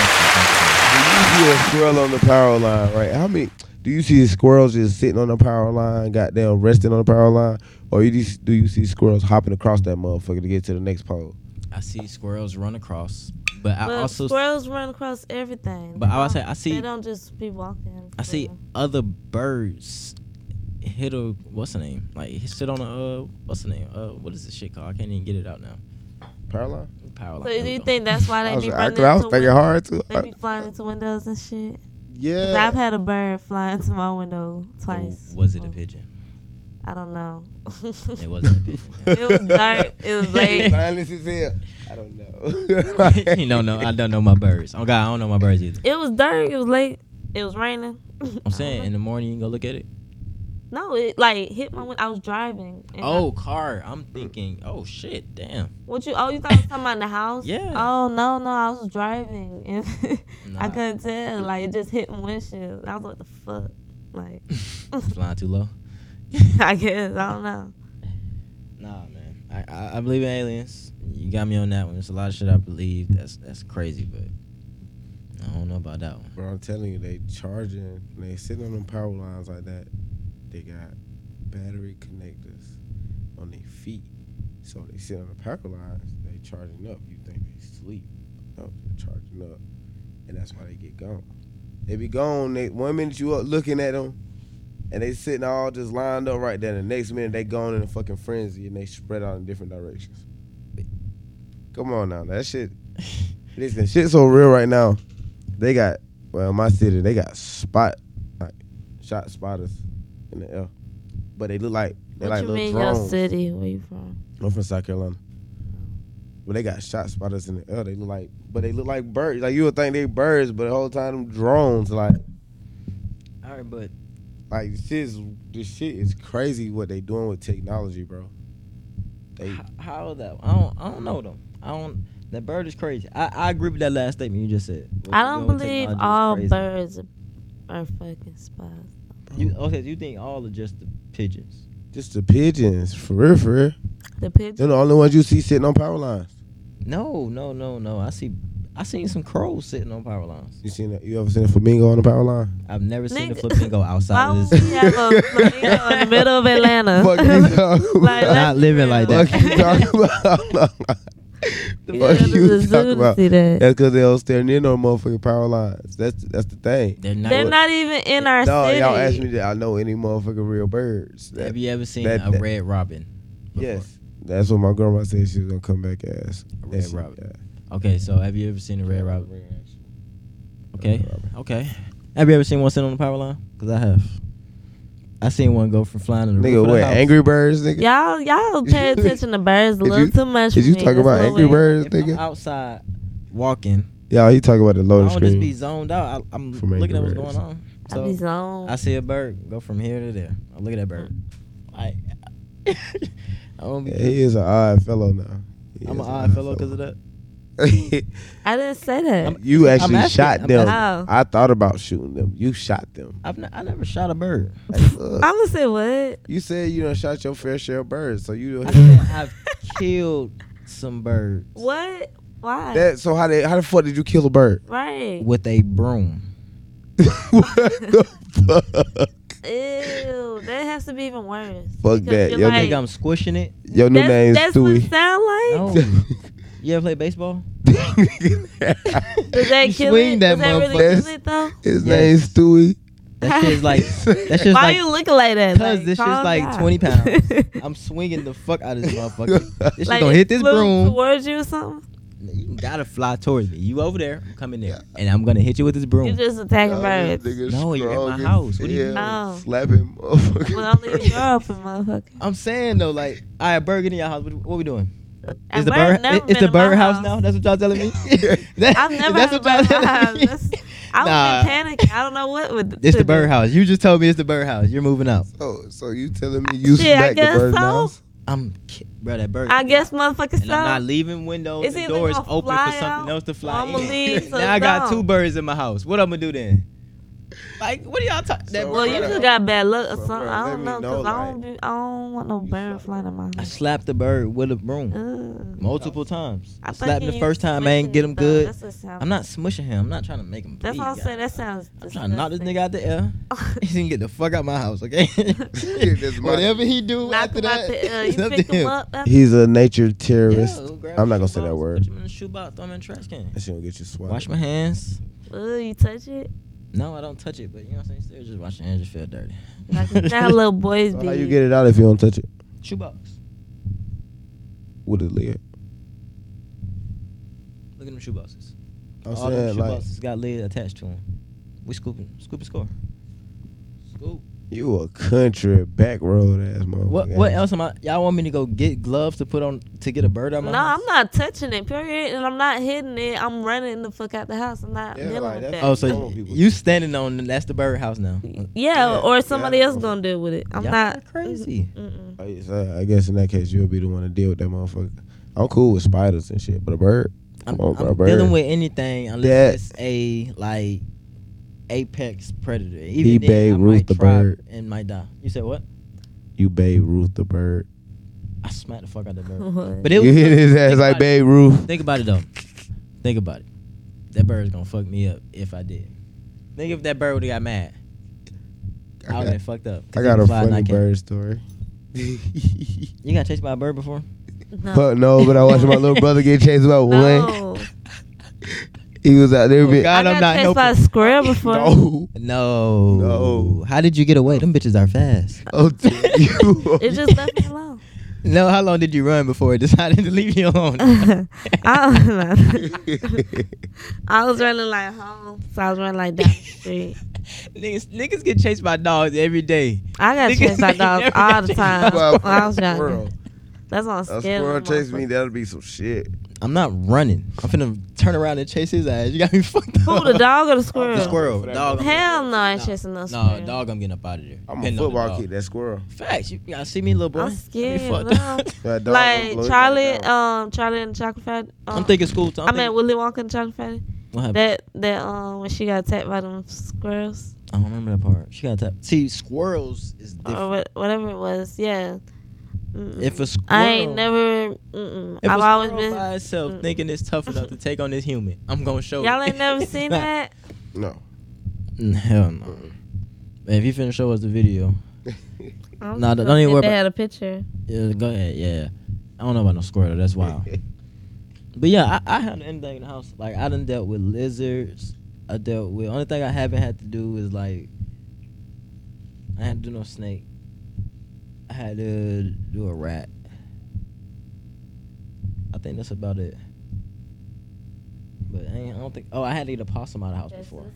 B: When you see a squirrel on the power line, right? How many do you see squirrels just sitting on the power line, goddamn resting on the power line, or you just, do you see squirrels hopping across that motherfucker to get to the next pole?
A: you. I see squirrels run across, but I
D: but
A: also,
D: squirrels run across everything.
A: but
D: They
A: I would say
D: don't-
A: I see
D: they don't just be walking.
A: I see
D: so-
A: other birds hit a what's the name? Like he sit on a uh, what's the name? Uh, what is this shit called? I can't even get it out now.
B: Power line.
A: Power
D: So
A: line.
D: do you
A: There we go.
D: think that's why
B: I
D: they
B: was,
D: be
B: I,
D: running
B: I was
D: into
B: thinking
D: win-
B: hard too.
D: They be flying into windows and shit. 'Cause I've
B: Uh, yeah.
D: had a bird fly into my window twice.
A: Oh, Was it a
D: Well,
A: pigeon?
D: I don't know.
A: It wasn't a pigeon.
D: It was dark. It was late.
B: Silence is here. I don't
A: yeah.
B: know.
A: you don't know. I don't know my birds. Oh God, I don't know my birds either.
D: It was dark. It was late. It was raining.
A: I'm saying in the morning you can go look at it.
D: No, it like hit my window. I was driving. and I-
A: Oh car. I'm thinking. Oh shit. Damn.
D: what you? Oh, you thought I was talking about in the house?
A: Yeah.
D: Oh no, no, I was driving and
A: Nah.
D: I couldn't tell. Like it just hit my windshield. I was like, what the fuck? Like
A: Flying too low.
D: I guess I don't know.
A: Nah, man. I, I I believe in aliens. You got me on that one. There's a lot of shit I believe. That's that's crazy, but I don't know about that one.
B: Bro, I'm telling you, they charging. When they sitting on them power lines like that, they got battery connectors on their feet. So they sit on the power lines, they charging up. You think they sleep. No, they're charging up. And that's why they get gone. They be gone. They, one minute you up looking at them, and they sitting all just lined up right there. The next minute they gone in a fucking frenzy, and they spread out in different directions. Come on now, that shit. Listen, shit's so real right now. They got well, my city they got spot like shot spotters in the air, but they look like they
D: What
B: like
D: you
B: little
D: mean
B: drones.
D: your city? Where you from?
B: I'm from South Carolina. Well, they got shot spotters in the air. They look like, but they look like birds. Like you would think they birds, but the whole time them drones. Like,
A: All right, but
B: like this is this shit is crazy what they doing with technology, bro. They
A: h- how that? I don't. I don't know them. I don't. That bird is crazy. I, I agree with that last statement you just said. What
D: I
A: you
D: don't
A: doing with
D: believe
A: technology is
D: all
A: crazy.
D: birds are, are fucking spies.
A: You, okay, so you think all are just the pigeons?
B: just the pigeons for real, for real.
D: The
B: They're
D: pigeon.
B: the only ones you see sitting on power lines.
A: No, no, no, no. I see. I seen some crows sitting on power lines.
B: You seen? A, you ever seen a flamingo on the power line?
A: I've never seen a
D: Nigga.
A: flamingo
D: Why
A: outside
D: would
A: of
D: we
A: this.
D: have a flamingo in the middle of Atlanta?
B: Fuck you, talking
D: Uh-huh. Like,
B: about.
A: Not living like that.
B: Fuck you talking about.
D: You
B: Fuck
D: gotta
B: you
D: the zoo
B: talking
D: to
B: about.
D: see that.
B: That's because they don't stand near no motherfucking power lines. That's that's the thing.
A: They're not.
D: They're not even in our
B: no,
D: city.
B: y'all asked me that I know any motherfucking real birds. That-
A: have you ever seen
B: that-
A: a
B: that-
A: red robin? before?
B: yes, that's what my grandma said she was gonna come back as.
A: A
B: That
A: red
B: shit,
A: robin.
B: yeah.
A: Okay, so have you ever seen a red robin? Okay.
B: Red robin.
A: Okay. Have you ever seen one sitting on the power line? Because I have. I seen one go from flying in the roof
B: Nigga,
A: of the
B: what?
A: house.
B: Angry Birds, nigga.
D: Y'all, y'all pay attention to birds a
B: Did
D: little
B: you-
D: too much.
B: Did
D: for
B: you
D: me.
B: talk
D: That's
B: about
D: what
B: Angry
D: we-
B: Birds,
A: If I'm
B: nigga?
A: outside walking,
B: Y'all, you talking about the
A: I
B: loading
A: don't just be
B: screen?
A: zoned out. I, I'm
B: From
A: looking at
B: Angry
A: what's going
B: Birds.
A: on.
D: I be
A: So
D: zoned.
A: I see a bird go from here to there. I look at that bird. Like, I don't be.
B: Yeah, he is an odd fellow now. He
A: I'm
B: is
A: an odd fellow because of that.
B: that.
D: I didn't say that.
B: you actually
A: asking-
B: shot
A: I'm
B: them.
D: asking.
B: I thought about shooting them. You shot them.
A: I've n- I never shot a bird.
B: Hey, look,
D: I'm gonna say what?
B: you said you done shot your fair share of birds, so you
A: I
B: done
A: said I've killed some birds
D: What? Why?
B: that. So how did how the fuck did you kill a bird?
D: right.
A: with a broom.
B: what the fuck?
D: Ew. That has to be even worse.
B: Fuck that,
D: Because you're
B: yo,
A: You
D: like,
A: think I'm squishing it?
B: Your new
D: that's,
B: name's
D: that's what it
B: Stewie.
D: sound like?
A: No. You ever play baseball?
D: Does that
A: You
D: kill
A: swing
D: it?
A: that
D: Does that really
B: motherfucker.
D: kill it though?
B: His
A: Yeah.
B: name's Stewie.
A: That shit's like that shit's
D: Why
A: like
D: you looking like that?
A: 'cause
D: Like,
A: this shit's
D: calm
A: like
D: down.
A: 20 pounds. I'm swinging the fuck out of this motherfucker. This shit
D: Like,
A: gonna
D: it
A: hit this
D: flew
A: broom.
D: towards you or something.
A: You gotta fly towards me. You over there? I'm coming there, and I'm gonna hit you with this
D: You
A: broom.
D: just attacking
B: Y'all, this
D: birds.
B: nigga
A: No, you're in
B: strong
A: my
B: as
A: house. What do you
B: hell.
A: mean?
D: Oh.
B: Slapping motherfucker.
D: Well, don't leave your open, motherfucker.
A: I'm saying though, like, all right, burger in your house. What, what we doing?
D: A
A: Is the
D: bird
A: bird?
D: never
A: Is
D: been
A: the
D: in my
A: bird house
D: house.
A: now? That's what y'all telling me. That-
D: I've never
A: That's what
D: had a bird in
A: y'all
D: my
A: telling
D: house.
A: me.
D: That's- I
A: Nah.
D: was in panicking. I don't know what would.
A: It's the bird house. You just told me it's the bird house. You're moving out.
B: Oh, so you telling me you
D: Shit, I
B: smacked the
D: guess
B: bird
D: so.
B: house?
A: I'm, ki- bro, that bird.
D: I guess motherfuckers
A: And I'm not
D: so.
A: leaving windows
D: It's
A: and
D: either
A: doors
D: gonna
A: open
D: fly
A: for something
D: out,
A: else to
D: or
A: fly
D: I'ma
A: in.
D: leave, so
A: now I got
D: it's
A: two
D: gone.
A: birds in my house. What I'm gonna do then? Like, what are y'all talking?
B: So
A: that
B: what
D: Well,
A: bird-
D: you
B: Bruh.
D: just got bad luck or
B: Bruh, bruh,
D: something. I
B: let me
D: don't know,
B: know,
D: cause I don't, be, I don't want no bird flying in my
A: I
D: house.
A: slapped the bird with a broom
D: Ugh.
A: multiple times.
D: Uh, I
A: I slapped him
D: think
A: the
D: you
A: first time. I ain't get him
D: smishing it, though.
A: good.
D: That's what sound-
A: I'm not smushing him. I'm not trying to make him.
D: That's
A: bleed,
D: what I'm
A: guys.
D: saying. That sounds.
A: I'm trying to knock this
D: disgusting.
A: nigga out the air. He can get the fuck out my house, okay?
B: this is my-
A: Whatever he do
D: knock
A: after
D: him
A: that,
D: out the. Uh,
A: it's
D: you
A: up to
D: pick him
A: him.
D: up. That's
B: He's a nature
A: Yeah,
B: terrorist.
A: we'll grab
B: I'm not
A: shoe
B: gonna say that
A: box,
B: word.
A: Put him in the shoebox, throw him in the trash can.
B: That shit gonna get you swatted.
A: Wash my hands.
D: Ugh, uh, you touch it.
A: No, I don't touch it, but you know what I'm saying. Still just wash your hands. Just feel dirty.
D: Like, now little boys
B: So
D: be.
B: how you get it out if you don't touch it
A: Shoebox.
B: with a lid?
A: Look at them shoeboxes.
B: I'm
A: All
B: saying
A: them
B: like
A: shoeboxes got lid attached to them. We scooping, scoop and score. Scoop.
B: you a country back road ass motherfucker.
A: What What else am I? Y'all want me to go get gloves to put on to get a bird out my
D: No,
A: house?
D: I'm not touching it. Period. And I'm not hitting it. I'm running the fuck out the house. I'm not
B: Yeah,
D: dealing
B: like,
D: with
B: that's-
D: that.
A: Oh, so
B: Come on,
A: y-
B: people.
A: you standing on that's the bird house now?
D: yeah,
B: Yeah, yeah,
D: or somebody
B: that's
D: else gonna deal with it. I'm
A: Y'all
D: not
A: crazy.
D: Mm-mm.
B: I, so I guess in that case you'll be the one to deal with that motherfucker. I'm cool with spiders and shit, but a bird.
A: I'm,
B: Come on,
A: I'm
B: bro, bird.
A: dealing with anything
B: That-
A: unless it's a like apex predator. Even
B: He
A: then, I
B: Babe Ruth
A: might
B: the
A: try
B: bird.
A: and might die. You said what?
B: You Babe Ruth the bird.
A: I smacked the fuck out of the bird.
D: What?
A: But it
B: You
A: was
B: hit his ass
A: think
B: like
A: about it.
B: Babe Ruth.
A: Think about it though. Think about it. that bird's gonna fuck me up if I did. Think if that bird would have got mad, I, would
B: I got,
A: have been fucked up. 'cause he
B: I got a
A: was flying and I
B: funny
A: can't.
B: bird story.
A: You got chased by a bird before?
B: Fuck no, but I watched my little brother get chased by one.
D: No.
B: He was out there.
A: Oh,
B: bit-
A: God,
D: I
A: I'm
D: got
A: not
D: chased by a
A: helping.
D: squirrel before.
B: No.
A: No.
B: No.
A: How did you get away? Them bitches are fast.
B: Oh, dude, you.
D: It just left me alone.
A: No, how long did you run before it decided to leave you alone?
C: I don't know.
D: I was running like home, so I was running like down the street.
A: niggas, niggas get chased by dogs every day.
D: I got
A: Niggas
D: chased by
A: ain't
D: dogs
A: never
D: all
A: got
D: the
A: chased
D: time
A: by
D: when I was
B: Squirrel.
D: younger. That's on
B: A
D: scale.
B: squirrel chased me. That'd be some shit.
A: I'm not running. I'm finna turn around and chase his ass. You got me fucked up.
D: Who, the dog or the squirrel?
A: The squirrel.
B: For that
A: Dog.
D: Hell no, I ain't
A: Nah.
D: chasing no
A: No,
D: squirrel.
A: dog, I'm getting up out of there.
B: I'm a
A: Depending on the
B: football
A: dog.
B: kid. That squirrel.
A: Facts. You gotta see me, little boy.
D: I'm
A: You
D: scared,
A: fucked
D: no.
A: up.
B: That dog was
D: Like
B: looking
D: Charlie,
B: down.
D: um, Charlie and the Chocolate Factory. Um,
A: I'm thinking school time.
D: I meant Willy Wonka and the Chocolate Factory.
A: what happened?
D: That that um when she got attacked by them squirrels
A: I don't remember that part. She got tapped. See, squirrels is
D: or
A: different.
D: what, whatever it was. Yeah. Mm-mm.
A: If a squirrel,
D: I ain't never. Mm-mm.
A: If
D: I've
A: a
D: always
A: squirrel
D: been.
A: by itself
D: Mm.
A: thinking it's tough enough to take on this human, I'm gonna show
D: Y'all
A: it.
D: ain't never
A: It's
D: seen
A: not.
D: that.
B: No.
A: Mm, Hell no. Man, If you finna show us the video,
D: I'm
A: Nah, don't
D: surprised
A: even worry
D: They
A: about-
D: had a picture.
A: yeah, go ahead. Yeah, I don't know about no squirrel. That's wild. But yeah, I, I haven't anything in the house. Like I done dealt with lizards. I dealt with only thing I haven't had to do is like I had to do no snake. I had to do a rat. I think that's about it. But I, ain't, I don't think. Oh, I had to get a possum out of the house before.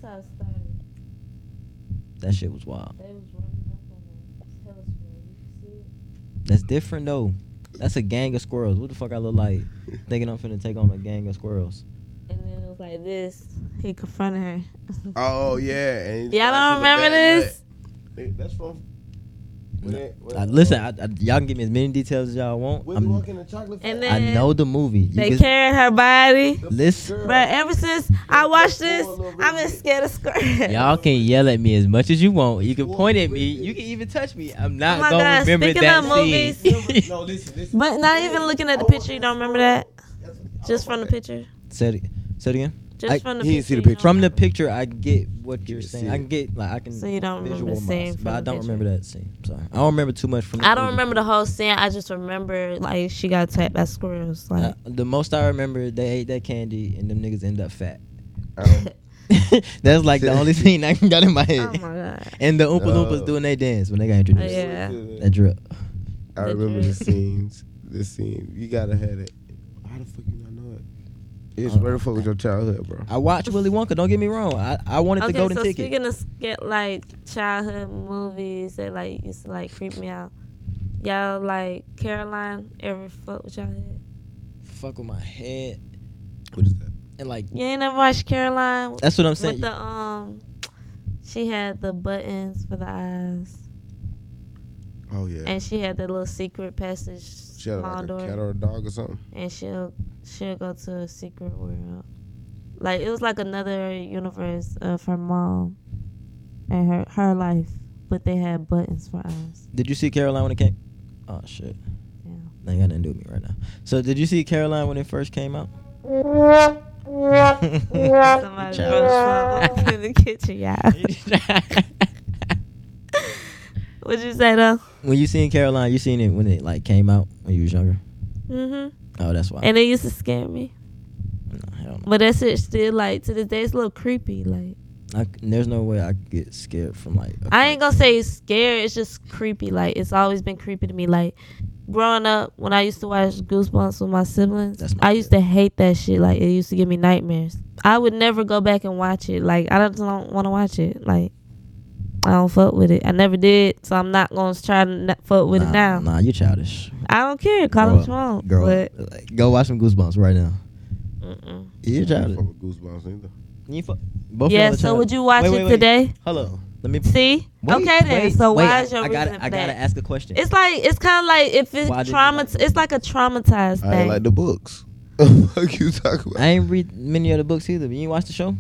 A: That shit was wild. That's different though. That's a gang of squirrels. What the fuck I look like? Thinking I'm finna take on a gang of squirrels.
D: And then it was like this. He confronted her.
B: Oh yeah. And
D: Y'all don't remember this?
B: That's from. when it- when
A: Uh,
B: it-
A: listen, I, I, y'all can give me as many details as y'all want.
B: Willy
A: I'm-
B: Wonka and the chocolate.
D: And
B: Factory.
A: I
D: then
A: know the movie. You
D: They
A: can-
D: carried her body.
B: The
A: listen.
B: girl.
D: But ever since I watched this, I've been scared of squirrels.
A: Y'all can yell at me as much as you want. You can
B: Well,
A: point at me.
B: listen.
A: You can even touch me. I'm
D: Oh
A: not
D: my
A: gonna
D: God,
A: remember
D: speaking
A: that
D: of
A: scene.
B: Remember- no, listen, listen.
D: But not even looking at the picture, you don't remember that?
B: That's what-
D: Just from the picture?
A: say, it, say it again.
D: Just
A: I-
D: from the
B: he
D: picture.
B: didn't see the
D: you don't-
A: From the picture, I get what you're
B: You
A: saying.
B: see
A: I
B: it.
A: can get like I can.
D: So you don't remember the
A: visualize,
D: scene from
A: but I
D: the
A: don't
D: picture.
A: remember that scene. I'm sorry, I don't remember too much from. The
D: I don't
A: movie.
D: remember the whole scene. I just remember like she got attacked by squirrels. Like
A: Uh, the most I remember, they ate that candy and them niggas end up fat.
B: Oh,
A: That's like the only scene I got in my
D: oh
A: head.
D: my god.
A: and the Oompa Loompas
B: No.
A: doing their dance when they got introduced.
D: Oh, yeah.
A: That drip.
B: I
D: The
B: remember the
D: dress.
B: scenes. The scene. You gotta have it. How the fuck you not know it? It's
A: Uh,
B: where the fuck was your childhood, bro?
A: I watched Willy Wonka. Don't get me wrong. I, I wanted the
D: Okay,
A: golden
D: so
A: ticket.
D: speaking of sca- like childhood movies that like used to like creep me out, y'all like Caroline ever fuck with y'all head?
A: fuck with my head
B: What is that?
A: and like
D: You ain't never watched Caroline
A: that's what I'm
D: with
A: saying.
D: the um, she had the buttons for the eyes,
B: Oh yeah.
D: and she had the little secret passage
B: She had
D: small
B: like a
D: door,
B: cat or a dog or something.
D: and she'll she'll go to a secret world. Like it was like another universe of her mom and her her life, but they had buttons for eyes.
A: Did you see Caroline when it came? Oh shit,
D: Yeah.
A: that ain't got nothing to do with me right now. So did you see Caroline when it first came out?
D: Somebody
A: Child.
D: brought a phone in the kitchen, y'all. What'd you say though?
A: when you seen Caroline, you seen it when it like came out when you was younger.
D: hmm
A: Oh, that's why.
D: And it used to scare me,
A: no, hell no.
D: but that shit still like to this day it's a little creepy. Like
A: I c there's no way I could get scared from like. a
D: I ain't gonna say it's scary, it's just creepy. Like it's always been creepy to me. Like growing up, when I used to watch Goosebumps with my siblings,
A: That's my
D: I used to hate that shit. Like it used to give me nightmares. I would never go back and watch it. Like I just don't want to watch it. Like I don't fuck with it. I never did, so I'm not gonna try to not fuck with
A: nah,
D: it now.
A: Nah, you childish.
D: I don't care. Call
A: Grow
D: them what you
A: up,
D: want.
A: Girl,
D: But,
A: Like, go watch some Goosebumps right now.
D: mm-mm.
A: You
B: I don't
A: childish.
B: fuck with goosebumps either.
A: You fu- both
D: yeah, so would you watch
A: Wait,
D: it
A: wait, wait.
D: today?
A: Hello. Let me.
D: See?
A: Wait,
D: okay then.
A: wait,
D: so
A: wait,
D: why
A: I-
D: is your
A: I
D: reason
A: gotta, I
D: for
A: gotta
D: that?
A: ask a question.
D: It's like it's kind of like if it's
A: Why did you
D: trauma,
A: like it?
D: it's like a traumatized
B: I ain't
D: thing.
B: like the books. fuck you talking about?
A: I ain't read many of the books either. You ain't watch the show?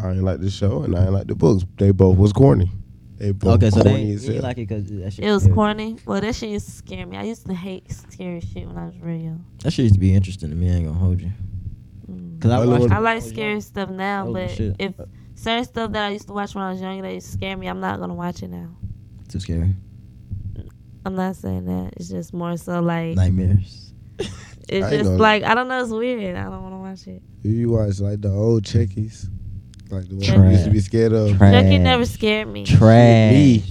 B: I ain't like the show and I ain't like the books. They both was corny. They both
A: okay, so
B: corny
A: they ain't,
B: as
A: you ain't
B: hell.
A: like it because that shit.
D: it was
A: yeah.
D: corny. Well, that shit used to scare me. I used to hate scary shit when I was real young. Mm.
A: That shit used to be interesting to me. I ain't gonna hold you. Cause I
B: Other
A: watched.
B: one-
D: I like
A: Oh, yeah.
D: scary stuff now,
A: Oh,
D: but
A: shit.
D: if certain stuff that I used to watch when I was younger that used to scare me, I'm not gonna watch it now.
A: Too scary.
D: I'm not saying that. It's just more so like
A: Nightmares.
D: it's
B: I
D: just
B: know.
D: like I don't know. It's weird. I don't want to watch it.
B: If you watch like the old Chucky's, like the one you
D: Trash.
B: used to be scared of.
A: Trash.
D: Chucky never scared me.
A: Trash.
B: Me.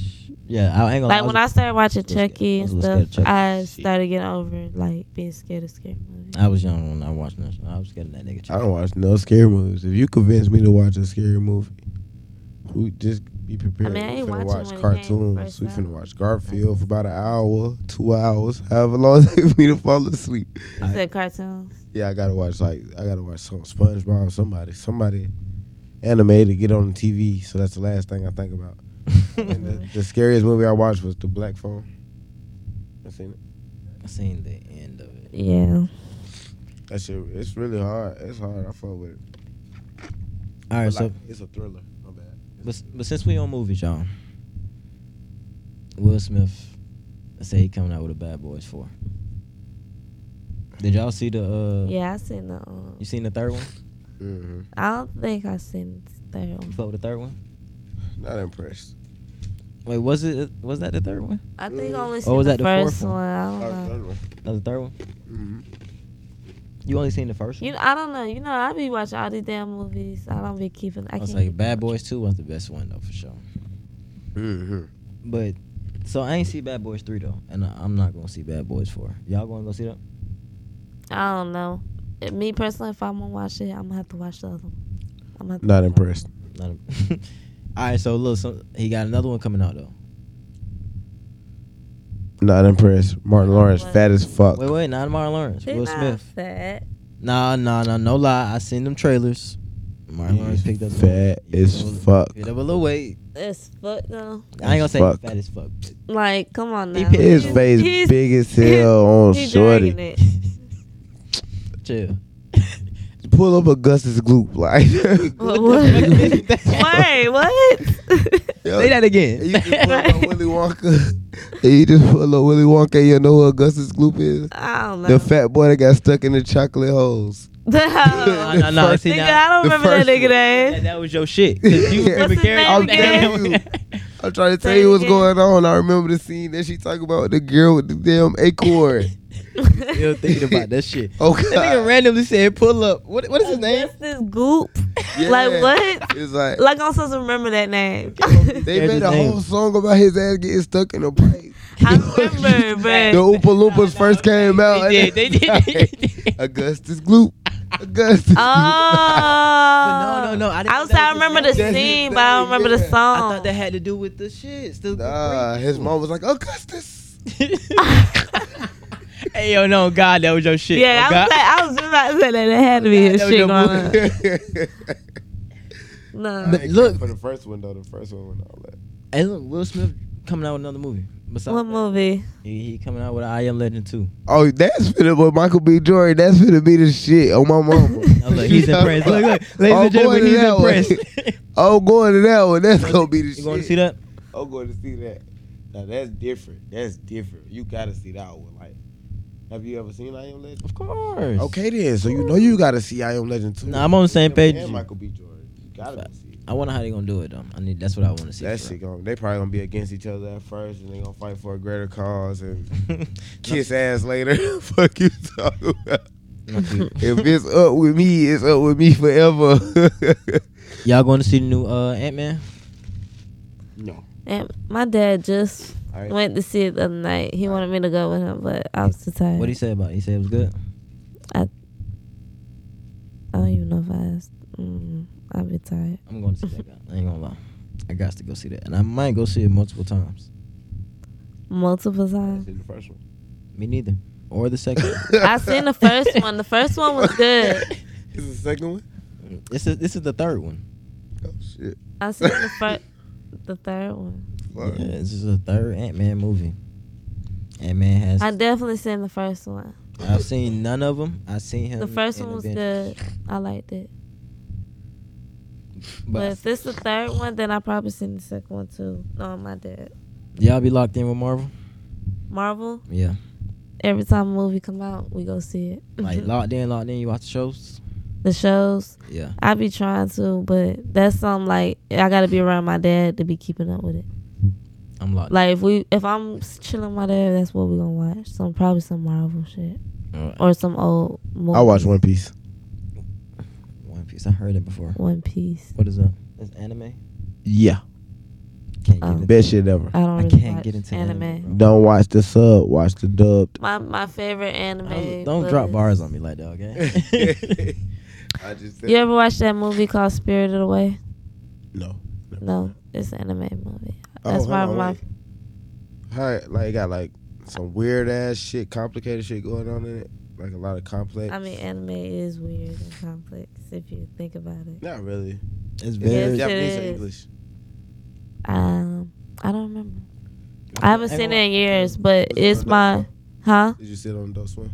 A: Yeah, I ain't gonna.
D: Like when I started watching
A: I was-
D: Chucky
A: I
D: and
A: was scared of
D: stuff,
A: Chucky.
D: I started getting over like being scared of scary movies.
A: I was young when I watched that. I was scared of that nigga.
B: I don't watch no scary movies. If you convince me to watch a scary movie, we just be prepared.
D: I
B: we
D: ain't
B: finna
D: watching
B: watch
D: when it came
B: cartoons.
D: first
B: We
D: out.
B: finna watch Garfield for about an hour, two hours, however long it takes me to fall asleep.
A: I-
D: I said cartoons.
B: Yeah, I gotta watch like I gotta watch some SpongeBob, somebody, somebody animated to get on the TV. So that's the last thing I think about. and the, the scariest movie I watched was The Black Phone. I seen it.
A: I seen the end of it.
D: Yeah.
B: That shit, it's really hard. It's hard. I fuck with it.
A: All right,
B: But,
A: so
B: like, it's a thriller. My bad.
A: but, but since we on movies, y'all, Will Smith, I say he coming out with a Bad Boys four. Did y'all see the? uh
D: Yeah, I seen the. Um,
A: You seen the third one?
B: hmm
D: I don't think I seen the third
A: You
D: one.
A: fuck with the third one?
B: Not impressed.
A: Wait, was it? Was that the third one?
D: I think I only seen
A: was that
D: the,
A: the fourth
D: first
A: one?
D: one. I
B: Oh,
D: don't know.
B: thriller.
A: That was the third one.
B: Mhm.
A: You only seen the first one.
D: You, I don't know. You know, I be watching all these damn movies. I don't be keeping. I,
A: I,
D: can't.
A: was like,
D: keep
A: Bad
D: up.
A: Boys Two was the best one though for sure.
B: Mhm.
A: But so I ain't see Bad Boys Three though, and I, I'm not gonna see Bad Boys Four. Y'all gonna go see that?
D: I don't know. It- me personally, if I'm gonna watch it, I'm gonna have to watch the other one. I'm gonna have
B: Not
D: to watch the other
B: impressed.
A: Not a- All right, so look, so he got another one coming out though.
B: Not impressed. Martin Lawrence, fat as fuck.
A: Wait, wait, not Martin Lawrence.
D: one.
A: Will
D: They
A: Smith.
D: not Fat.
A: Nah, nah, nah, no lie. I seen them trailers. Martin
B: He
A: Lawrence
B: is
A: picked up
B: fat
A: some-
B: as
A: He
B: fuck.
A: Picked up a little weight.
D: It's fuck though.
A: I ain't gonna
B: As
A: say
B: fuck.
A: fat as fuck. but-
D: Like, come on
A: He
D: now.
A: picked-
B: His
A: He's-
B: face
D: he's-
B: big as hell on
D: he
B: shorty.
D: dragging it.
A: Chill.
B: Pull up Augustus Gloop, like.
D: What- what? Wait, what?
B: Yo,
A: Say that again.
B: You just pull up Willy Wonka. you just pull up Willy Wonka. You know who Augustus Gloop is?
D: I don't know.
B: The fat boy that got stuck in the chocolate holes.
A: Nah, nah, nah,
B: first-
A: see,
D: Nigga,
A: now-
D: I don't
B: the
D: remember that
B: first
D: nigga
B: one.
A: that,
D: name.
A: that was your shit. 'cause you
B: What's
A: remember
D: his
A: carrying
D: name
A: all that
B: again?
A: damn-
B: I'm trying to tell
D: Say
B: you
D: it
B: what's
D: again.
B: going on. I remember the scene that she talking about the girl with the damn acorn.
A: Still thinking about that shit.
B: Oh
A: That nigga
B: God.
A: randomly said, "Pull up." What? What is his name?
D: That's this goop.
B: Yeah.
D: Like what?
B: It's like
D: Like I'm supposed to remember that name.
B: they
A: That's
B: made a
A: his name.
B: whole song about his ass getting stuck in a pipe.
D: I remember,
B: the
D: but
B: Oompa Loompas first came out.
A: They did. They did. They did.
B: Augustus Gloop. Augustus.
D: Oh,
A: no, no, no, I didn't
D: I
A: know that was
D: was I
A: his
D: remember the
B: name.
D: scene, but I don't remember the
B: Yeah. I
A: I
D: song.
A: thought that had to do with the shit. Still
B: Gloop. Nah, his mom was like Augustus.
A: hey, yo, no, God, that was your shit.
D: yeah,
A: oh,
D: I
A: God.
D: was, like, I was just about to say that it had to be his
A: That was
D: shit
A: your
D: going on.
A: But
D: No,
A: look-
B: for the first one though, the first one went all that.
A: Hey, look, Will Smith coming out with another movie. Besides
D: what
A: that,
D: movie?
A: He, he coming out with I Am Legend 2.
B: Oh, that's finna with Michael B. Jordan. That's finna be the shit. Oh my mama.
A: Oh, look, he's impressed. Look, look, ladies
B: I'm
A: and gentlemen,
B: going to
A: he's
B: Oh, that one.
A: impressed.
B: Oh, going to that one. That's gonna be the shit.
A: you going to see that?
B: I'm Oh, going to see that. Now that's different. That's different. You gotta see that one. Like, have you ever seen I Am Legend?
A: Of course.
B: Okay then. So you know you gotta see I Am Legend too.
A: Nah, I'm on the same
B: Him
A: page as
B: And
A: you.
B: Michael B. Jordan. You gotta go see it.
A: I wonder how they gonna do it though. I need. That's what I want to see.
B: That
A: for
B: shit going they probably gonna be against each other at first and they gonna fight for a greater cause and
A: real.
B: kiss ass later. Fuck you talking about.
A: Not you.
B: if it's up with me, it's up with me forever.
A: Y'all going to see the new uh, Ant Man?
B: no.
D: And my dad just
B: I,
D: went to see it the other night. He wanted me to go with him, but I was too tired.
A: What did he say about? it? He said it was good.
D: I don't even know if I asked. Mm, I'll be tired.
A: I'm going to see that. Guy. I ain't gonna lie. I got to go see that, and I might go see it multiple times.
D: Multiple times.
B: the first one.
A: Me neither, or the second. one.
D: I seen the first one. The first one was good.
B: Is the second one?
A: this is this is the third one.
B: Oh shit.
D: I seen the first, the third one.
B: Fuck.
A: Yeah, this is the third Ant Man movie. Ant Man has.
D: I definitely seen the first one.
A: I've seen none of them. I seen him.
D: The first
A: in
D: one was
A: Avengers.
D: good. I liked it. But
A: But
D: if this the third one, then I probably seen the second one too. No, my dad.
A: y'all be locked in with Marvel.
D: Marvel.
A: Yeah,
D: Every time a movie come out, we go see it.
A: like locked in, locked in. You watch the shows.
D: the shows.
A: Yeah.
D: I be trying to, but that's something like I gotta be around my dad to be keeping up with it.
A: I'm locked.
D: Like if we if I'm s- chilling with my dad, that's what we gonna watch. Some probably some Marvel shit
A: Alright.
D: or some old movie.
B: I watch One Piece.
A: One Piece. I heard it before.
D: One Piece.
A: What is that? It's anime.
B: Yeah,
A: Can't
D: Oh.
A: get
B: best shit ever.
D: I don't.
A: I
D: Really
A: can't
D: watch
A: get into
D: anime.
A: anime,
B: Don't watch the sub, watch the dubbed.
E: My my favorite anime.
A: Don't, don't
E: was-
A: drop bars on me like that, okay?
B: I just
D: You ever watch that movie called Spirited Away?
B: no.
D: No, it's an anime movie.
B: Oh,
D: That's
B: hold
D: my
B: on,
D: my.
B: wait. How it- like it got like some weird ass shit, complicated shit going on in it. Like a lot of complex.
D: I mean, anime is weird and complex if you think about it.
B: not really.
A: it's
B: It's
A: very.
D: Yes, it
B: Japanese or
D: is.
B: English.
D: Um, I don't remember. I haven't
A: Ain't
D: seen it
A: gonna
D: in years, but
B: Was it
D: it's
B: on
D: my
B: Adult
D: huh?
B: Swim? Did you sit on Adult Swim?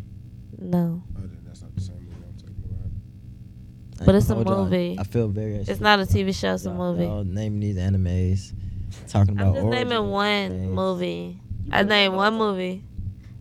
D: No,
B: Oh, then that's not the same movie I'm talking about.
A: I
D: but it's a
A: told y'all,
D: movie.
A: I feel very.
D: it's not a TV show. It's a
A: Y'all-
D: movie.
A: y'all naming these animes, talking
D: I'm
A: about.
D: just naming
A: origins
D: one
A: and things.
D: movie. I named one movie.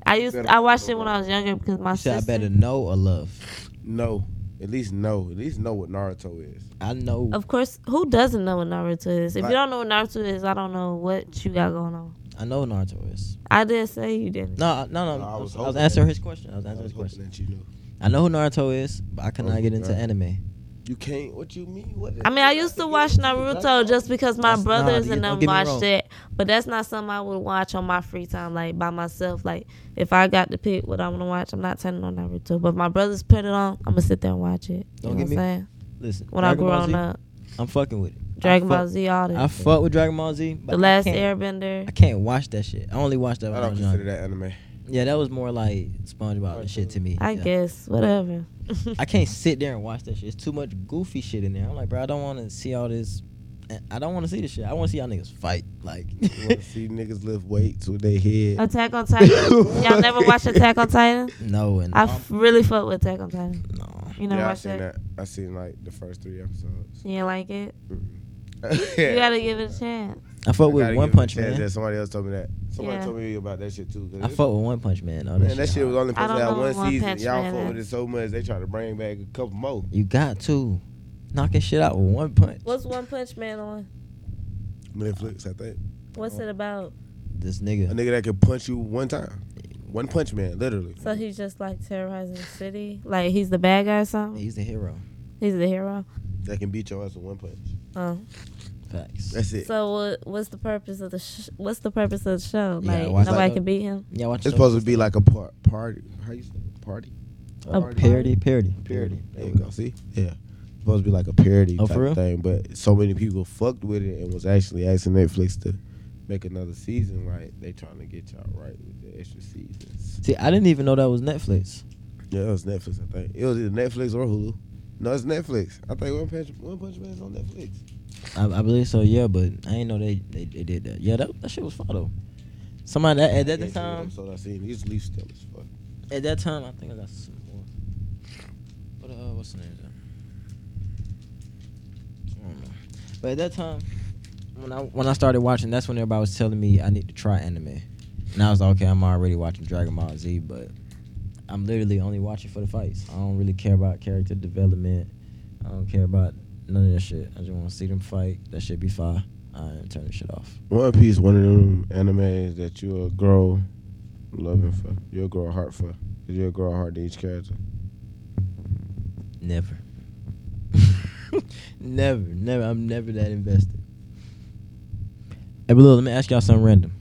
D: I used I watched it when I was younger because my
A: You said I
D: sister.
A: better know or love.
B: No. At least know. At least know what Naruto is.
A: I know.
D: Of course, who doesn't know what Naruto is? If
B: Like-
D: you don't know what Naruto is, I don't know what you got going on.
A: I know Naruto is.
D: I didn't say you didn't.
A: No, I- no, no.
B: No,
A: I
B: I was
A: was, I was
B: hoping
A: answering
B: that-
A: his question. I was
B: I
A: answering
B: was
A: his question.
B: hoping that you knew.
A: I know who Naruto is, but I cannot
B: Oh,
A: get into
B: right.
A: anime.
B: You can't. What you mean? What
D: I mean, I used to watch Naruto just because my
A: That's-
D: brothers
A: nah,
D: and
A: don't
D: them
A: get me
D: watched
A: wrong.
D: it, but that's not something I would watch on my free time, like by myself. Like if I got to pick what I want to watch, I'm not turning on Naruto. But if my brothers put it on, I'm gonna sit there and watch it. You
A: Don't
D: know
A: get me-
D: what I'm saying?
A: Listen,
D: When
A: Dragon
D: I
A: Ball
D: grew
A: Z,
D: on up,
A: I'm fucking with it.
D: Dragon
A: I
D: Ball
A: fuck-
D: Z, all that.
A: I
D: shit.
A: fuck with Dragon Ball Z, but
D: the last
A: I can't,
D: Airbender.
A: I can't watch that shit. I only watched that.
B: I
A: When I
B: don't
A: was
B: consider
A: younger.
B: that anime.
A: Yeah, that was more like SpongeBob and shit to me.
D: I
A: yeah.
D: guess whatever.
A: I can't sit there and watch that shit. It's too much goofy shit in there. I'm like, bro, I don't want to see all this. I don't want to see this shit. I want to see y'all niggas fight. Like,
B: You want to see niggas lift weights with their head.
D: Attack on Titan. Y'all never watched Attack on Titan?
A: no, and
D: I f- really fuck with Attack on Titan.
A: no.
D: You never
B: yeah, I
D: watched
B: seen
D: that?
B: that. I seen like the first three episodes.
D: You didn't like it?
B: yeah.
D: You gotta give it a chance.
A: I fuck
B: gotta
A: with
B: give
A: One
B: it a
A: Punch
B: chance
A: Man.
B: that Somebody else told me that. Somebody
D: Yeah.
B: told me about that shit too. 'cause
A: I
B: it-
A: fuck with One Punch Man. Oh, that,
B: Man, that shit was only
D: I
B: supposed to
D: don't
B: have
D: know
B: one
D: One
B: season.
D: Punch
B: Y'all
D: Man
B: fuck with
D: is.
B: it so much they try to bring back a couple more.
A: You got to knocking shit out with one punch.
D: What's One Punch Man on?
B: Netflix, I think.
D: What's it about?
A: This
B: A
A: nigga,
B: nigga that can punch you one time. One punch man, literally.
D: So he's just like terrorizing the city? Like he's the bad guy or something?
A: he's the hero.
D: He's the hero?
B: That can beat your ass with one punch.
D: Oh.
A: Facts.
B: That's it.
D: So what, what's the purpose of the sh- what's the purpose of the show?
A: Yeah,
D: Like
A: why's that-
D: nobody can beat him?
A: Yeah, watch.
B: It's supposed to be like a par- party. How you say it? party?
A: a Uh,
D: parody.
A: parody, parody,
B: Parody. There you go. See? Yeah. Supposed to be like a parody
A: Oh,
B: type
A: for real?
B: thing, but so many people fucked with it and was actually asking Netflix to make another season. Like they trying to get y'all right with the extra seasons.
A: See, I didn't even know that was Netflix.
B: Yeah, it was Netflix. I think it was either Netflix or Hulu. No, it's Netflix. I think One Punch One Punch Man is on Netflix.
A: I, I believe so. Yeah, but I ain't know they they, they did that. Yeah, that, that shit was fire though. Somebody that, at that,
B: Yeah,
A: that time
B: So I seen these leaf still as fuck.
A: at that time I think I got some more. What uh, what's the name? Of that? I don't know. But at that time, when I when I started watching, that's when everybody was telling me I need to try anime, and I was like, okay, I'm already watching Dragon Ball Z, but I'm literally only watching for the fights. I don't really care about character development. I don't care about none of that shit. I just want to see them fight. That should be fire. I ain't turning shit off.
B: One Piece, one of them animes that you'll grow loving for. You'll grow a heart for. Cause you'll grow a heart to each character.
A: Never. never, never. I'm never that invested. Hey, but look, let me ask y'all something random.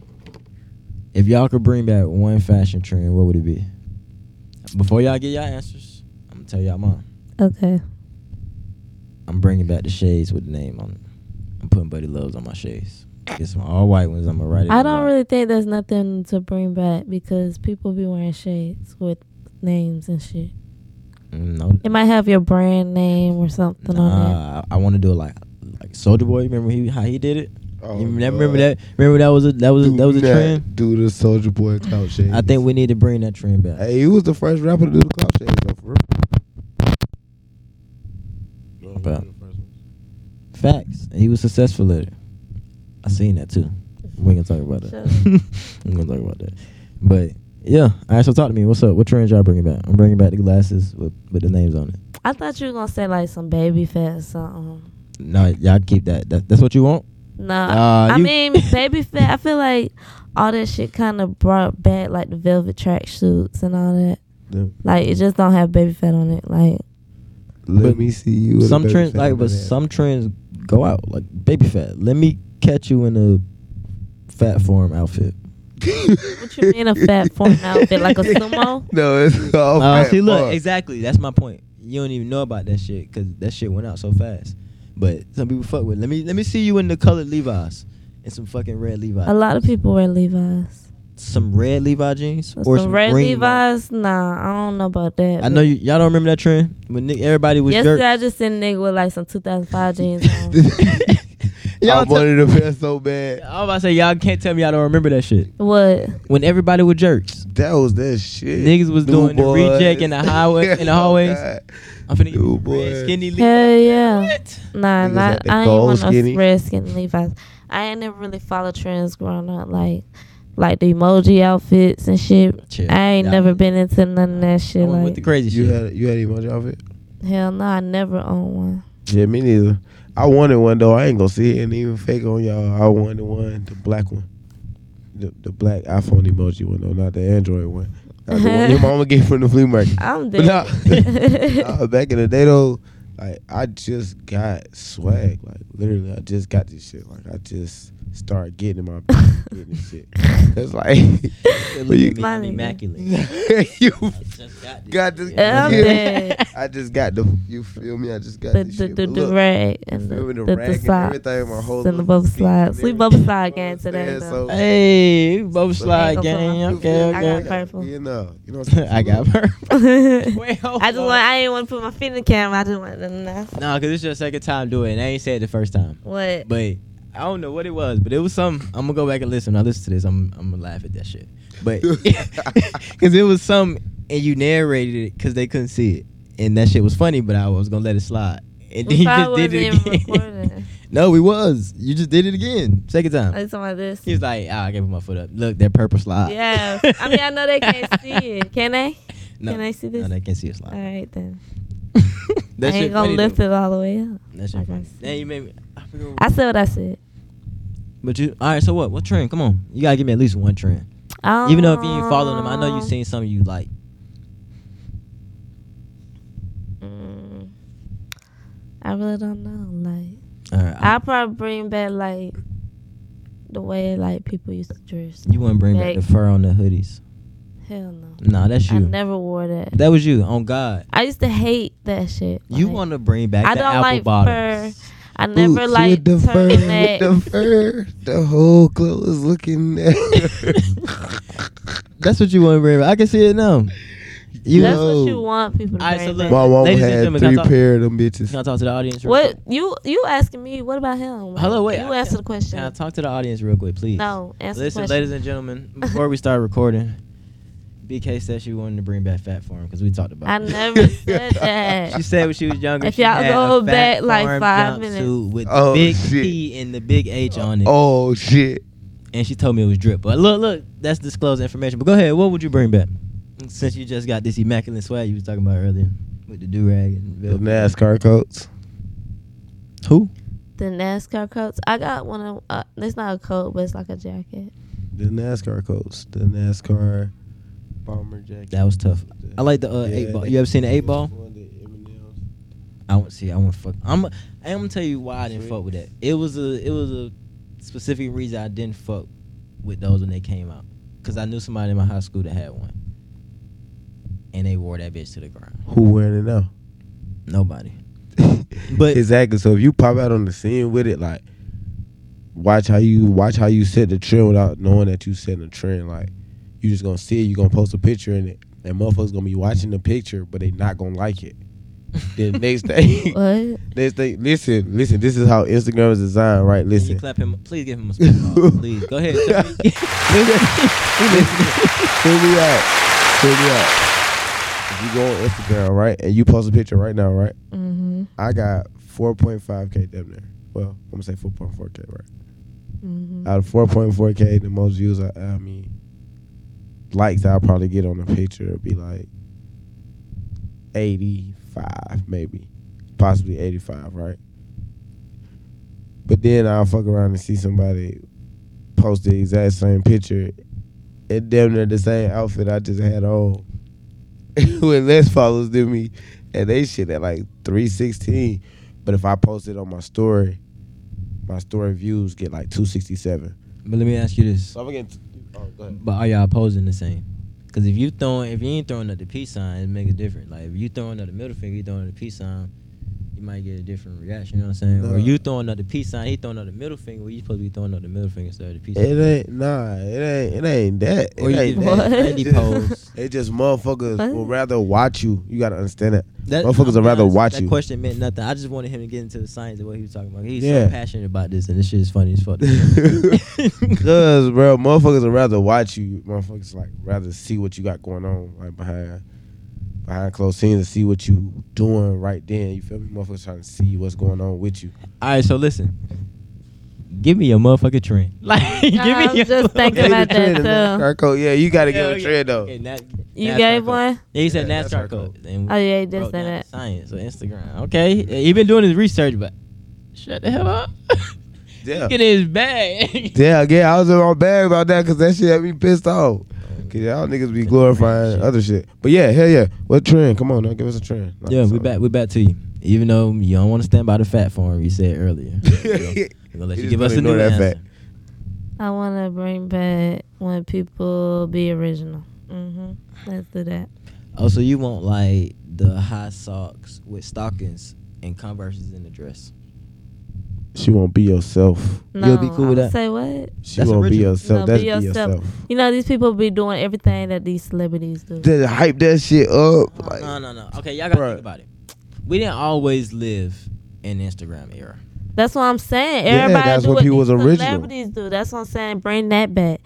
A: If y'all could bring back one fashion trend, what would it be? Before y'all get y'all answers, I'm gonna tell y'all mine.
D: Okay.
A: I'm bringing back the shades with the name on it. I'm putting Buddy Loves on my shades. Get some all white ones. I'm gonna write it.
D: I
A: in
D: don't
A: my-
D: really think there's nothing to bring back because people be wearing shades with names and shit.
A: Mm, No.
D: It might have your brand name or something on
A: Nah, I, want to do it like like Soldier Boy. Remember he, how he did it?
B: Oh,
A: you remember, remember that? Remember that was a that was a, that was a trend.
B: Do the Soldier Boy clout shades.
A: I think we need to bring that trend back.
B: Hey, he was the first rapper to do the clout shades though, for real.
A: Okay. Facts. And he was successful at it. I seen that too. We ain't gonna talk about
D: Sure.
A: that. I'm gonna talk about that. But yeah, all right. So talk to me. What's up? What trends y'all bringing back? I'm bringing back the glasses with with the names on it.
D: I thought you were gonna say like some baby fat or something.
A: No, y'all keep that. that that's what you want.
D: No,
A: Uh,
D: I
A: you-
D: mean baby fat. I feel like all that shit kind of brought back like the velvet tracksuits and all that.
B: The-
D: Like it just don't have baby fat on it. Like
B: Let
A: But
B: me see you. with a
A: some
B: baby
A: trends,
B: fat
A: like,
B: on
A: but
B: that.
A: some trends go out like baby fat. Let me catch you in a fat form outfit.
D: what you mean a fat form outfit like a sumo?
B: No, it's all
A: Oh,
B: fat
A: see, look,
B: fuck.
A: exactly. That's my point. You don't even know about that shit because that shit went out so fast. But some people fuck with. it. Let me let me see you in the colored Levi's and some fucking red Levi's.
D: A lot of people wear Levi's.
A: some red Levi jeans or some,
D: some red
A: green ones.
D: Levi's? Nah, I don't know about that.
A: I know you, y'all don't remember that trend when Nick, everybody was
D: Yesterday
A: jerk.
D: I just seen a nigga with like some 2005 jeans on.
B: I
A: y'all t-
B: wanted the best so bad.
A: I was about to say y'all can't tell me y'all don't remember that shit
D: What?
A: when everybody was jerks.
B: That was that shit.
A: Niggas was
B: New
A: doing the
B: boys.
A: reject in the highway- in the hallways.
B: Oh, God.
A: I'm finna get
B: Ooh,
A: you
B: boy.
A: red skinny Levi.
D: Hell yeah.
A: What?
D: Nah,
B: Niggas
D: not,
B: had the
D: I ain't
B: gold
D: want
B: skinny.
D: no red skin Levi's. I ain't never really followed trends growing up, like like the emoji outfits and shit.
A: Chill.
D: I ain't
A: Y'all-
D: never been into none of that
A: I
D: shit.
A: went
D: Like
A: with the crazy
B: You
A: shit.
B: had you had emoji outfit?
D: hell no, I never own one.
B: Yeah, me neither. I wanted one though. I ain't gonna see it and even fake on y'all. I wanted one, the black one, the the black iPhone emoji one though, not the Android one. Not the one your mama gave from the flea market.
D: I'm
B: But
D: dead.
B: nah, nah, back in the day though, like I just got swag. Like literally, I just got this shit. Like I just started getting in my getting this shit. It's like
A: Look at me,
D: My
A: I'm
D: nigga.
A: immaculate.
B: you got this.
D: I'm
B: Yeah.
D: dead.
B: I just got the. You feel me? I just got
D: The
B: this
D: the,
B: shit.
D: the,
B: But
D: the
B: look,
D: rag and the,
B: feel me?
D: the,
B: The
D: the,
B: rag and
D: socks
B: everything, my whole
D: and the
B: little
D: bubble
B: skin
D: slide.
B: and
D: Sweet
B: everything.
D: bubble slide
B: You
D: gang today.
B: understand?
D: though.
B: So-
A: Hey, both
B: So-
A: slide
D: Ain't gonna
A: gang.
D: come
B: you
A: Okay,
B: feel me?
D: I got
A: okay.
D: purple.
B: You know, you know what I'm saying?
A: I got purple.
D: I
A: Wait, hold
D: just
A: on.
D: want I didn't want to put my feet in the camera. I just want to know
A: Nah, cause it's your second time doing it. And I ain't said it the first time,
D: what.
A: but I don't know what it was, but it was something. I'm gonna go back and listen. Now listen to this. I'm I'm gonna laugh at that shit. But cause it was something and you narrated it cause they couldn't see it, and that shit was funny, but I was gonna let it slide. And then
D: If
A: you
D: I
A: just did
D: wasn't
A: it
D: even
A: again.
D: recording,
A: no, we was. You just did it again, second time.
D: like something like this.
A: He was like, ah, I gave him my foot up. Look, that purple slide.
D: Yeah. I mean, I know they can't see it. Can they?
A: No,
D: Can I see
A: no,
D: this?
A: they can't see a slide.
D: All right then.
A: That
D: I
A: shit
D: ain't gonna
A: funny,
D: lift
A: though.
D: it all the way up.
A: That
D: I
A: shit funny.
D: gotta see.
A: Then you made me. I forget what-
D: I said what I said.
A: But you, all right. So what? What trend? Come on, you gotta give me at least one trend.
D: Um,
A: Even though if you ain't following them, I know you seen something you like.
D: Mm, I really don't know. Like
A: All right, I-
D: I probably bring back like the way like people used to dress.
A: you wouldn't bring back the
D: Like-
A: fur on the hoodies.
D: Hell no.
A: Nah, that's
D: I
A: you.
D: never wore that.
A: That was you. On God,
D: I used to hate that shit.
A: you
D: Like,
A: want to bring back
D: I
A: the
D: don't
A: apple
D: like
A: bottoms.
D: fur. I never
B: Boots
D: like
B: with the fur,
D: turtleneck.
B: with the fur. The whole club was looking at her.
A: That's what you want to bring back. I can see it now. You.
D: That's
A: Know.
B: know.
D: what you want people to
A: All right,
D: bring
A: so look-
D: back.
B: My mama
A: Ladies and
B: had
A: gentlemen, can I
B: three
A: talk-
B: pair of them
A: Can I
B: bitches.
A: talk to the audience? Real
D: What
A: Quick?
D: you you asking me? What about him?
A: Hello, wait.
D: You
A: I-
D: answer the question.
A: Can I talk to the audience real quick, please?
D: No, answer the
A: Listen,
D: question.
A: ladies and gentlemen, before we start recording, BK said she wanted to bring back fat form because we talked about
D: I
A: it.
D: never said that.
A: She said when she was younger,
D: If
A: she
D: y'all
A: had
D: go
A: a
D: back,
A: fat
D: like,
A: farm
D: five
A: jumpsuit
D: minutes.
A: with
B: Oh,
A: the big
B: shit.
A: P and the big H on it,
B: Oh shit!
A: and she told me it was drip. But look, look, that's disclosed information. But go ahead, what would you bring back? Since you just got this immaculate swag you was talking about earlier with the do rag and
B: The
A: velvet.
B: NASCAR coats.
A: Who?
D: the NASCAR coats. I got one of. Uh, it's not a coat, but it's like a jacket.
B: The NASCAR coats. The NASCAR bomber jacket.
A: That was tough. I like the uh,
B: Yeah,
A: eight ball.
B: that-
A: You ever seen the eight
B: that
A: ball?
B: was one of the M&Ms.
A: I won't see. I won't fuck. I'm. I'm gonna tell you why I didn't
B: Sweet.
A: fuck with that. It was a. It was a specific reason I didn't fuck with those when they came out. Cause I knew somebody in my high school that had one, and they wore that bitch to the ground.
B: Who wearing it now?
A: Nobody. But-
B: exactly. So if you pop out on the scene with it, like watch how you watch how you set the trend without knowing that you setting a trend. Like you just gonna see it, you gonna post a picture in it, and motherfuckers gonna be watching the picture, but they not gonna like it. Then next day,
D: What?
B: next day, listen, listen. This is how Instagram is designed, right?
A: Can you
B: Listen,
A: clap him. Please give him a spin off. Please go ahead. tell me-
B: Fill me out. Fill me out. If you go on Instagram, right, and you post a picture right now, right?
D: Mm-hmm.
B: I got 4.5k damn near. Well, I'm gonna say 4.4k, right?
A: Uh,
D: Mm-hmm.
B: Out of 4.4k, the most views I, I mean, likes I probably get on a picture would be like 80, 85, maybe, possibly 85, right? But then I'll fuck around and see somebody post the exact same picture and damn near the same outfit I just had on with less followers than me. And they shit at like 316. But if I post it on my story, my story views get like 267.
A: But let me ask you this:
B: So I'm getting. oh, go ahead.
A: But are y'all posing the same? Because if you throwing, if you ain't throwing up the peace sign, it makes a difference. Like if you throwing up the middle finger, you throwing up the peace sign, you might get a different reaction. You know what I'm saying?
B: Nah.
A: Or you throwing up the peace sign, he throwing up the middle finger. Well, you supposed to be throwing up the middle finger instead of the peace sign.
B: It ain't nah. It ain't. It ain't that. It
A: Or you
B: ain't
A: do
B: that.
A: that
D: What?
A: Andy pose.
B: It just motherfuckers
D: What?
B: would rather watch you. You gotta understand that.
A: That,
B: Motherfuckers
A: I'm
B: would rather
A: honest,
B: watch
A: that
B: you.
A: question meant nothing. I just wanted him to get into the science of what he was talking about. He's
B: Yeah.
A: so passionate about this, and this shit is funny as fuck.
B: Cause bro, motherfuckers would rather watch you. Motherfuckers like rather see what you got going on, like behind behind closed scenes and see what you doing right then. You feel me? Motherfuckers trying to see what's going on with you.
A: All right, so listen. Give me your motherfucking trend. Like, give
D: I
A: me
D: was
A: your
D: just
A: motherfucking-
D: thinking about
B: Trend, man.
D: that too.
B: Kirko, yeah, you gotta
A: Hell
B: give a
A: yeah.
B: trend though.
A: Okay, Nat-
D: You
A: NASCAR
D: gave
A: code.
D: one?
A: Yeah, he said
B: Yeah,
A: NASCAR
B: NASCAR
A: code.
D: Oh yeah, he did
A: Bro,
D: say
A: not
D: that.
A: Science or Instagram. Okay, he been doing his research, but shut the hell up.
B: Yeah.
A: Get in his bag.
B: Yeah, yeah, I was in my bag about that because that shit had me pissed off. Cause y'all niggas be glorifying
A: Shit.
B: other shit. But yeah, hell yeah. What trend? Come on, now give us a trend. Like,
A: yeah,
B: so-
A: we back. We back to you. Even though you don't want to stand by the fat form you said earlier, we're gonna, we gonna let
B: You
A: you
B: just
A: give us
B: gonna
A: a new
B: ignore that
A: answer.
B: fact.
D: I want to bring back when people be original. hmm Let's do that.
A: Oh, so you want like the high socks with stockings and Converse's in the dress?
B: She won't be yourself.
D: No,
A: You'll be cool with
D: I would
A: that?
D: Say what?
B: She
A: That's
B: won't be
A: original.
B: yourself.
D: No,
B: That's
D: be
B: be yourself.
D: yourself. You know these people be doing everything that these celebrities do.
B: Just hype that shit up. Like,
A: no, no, no. Okay, y'all gotta
B: Bruh.
A: think about it. We didn't always live in Instagram era.
D: That's what I'm saying.
B: Yeah,
D: Everybody
B: that's
D: do
B: what
D: what
B: people
D: these
B: was original.
D: celebrities do. That's what I'm saying. Bring that back.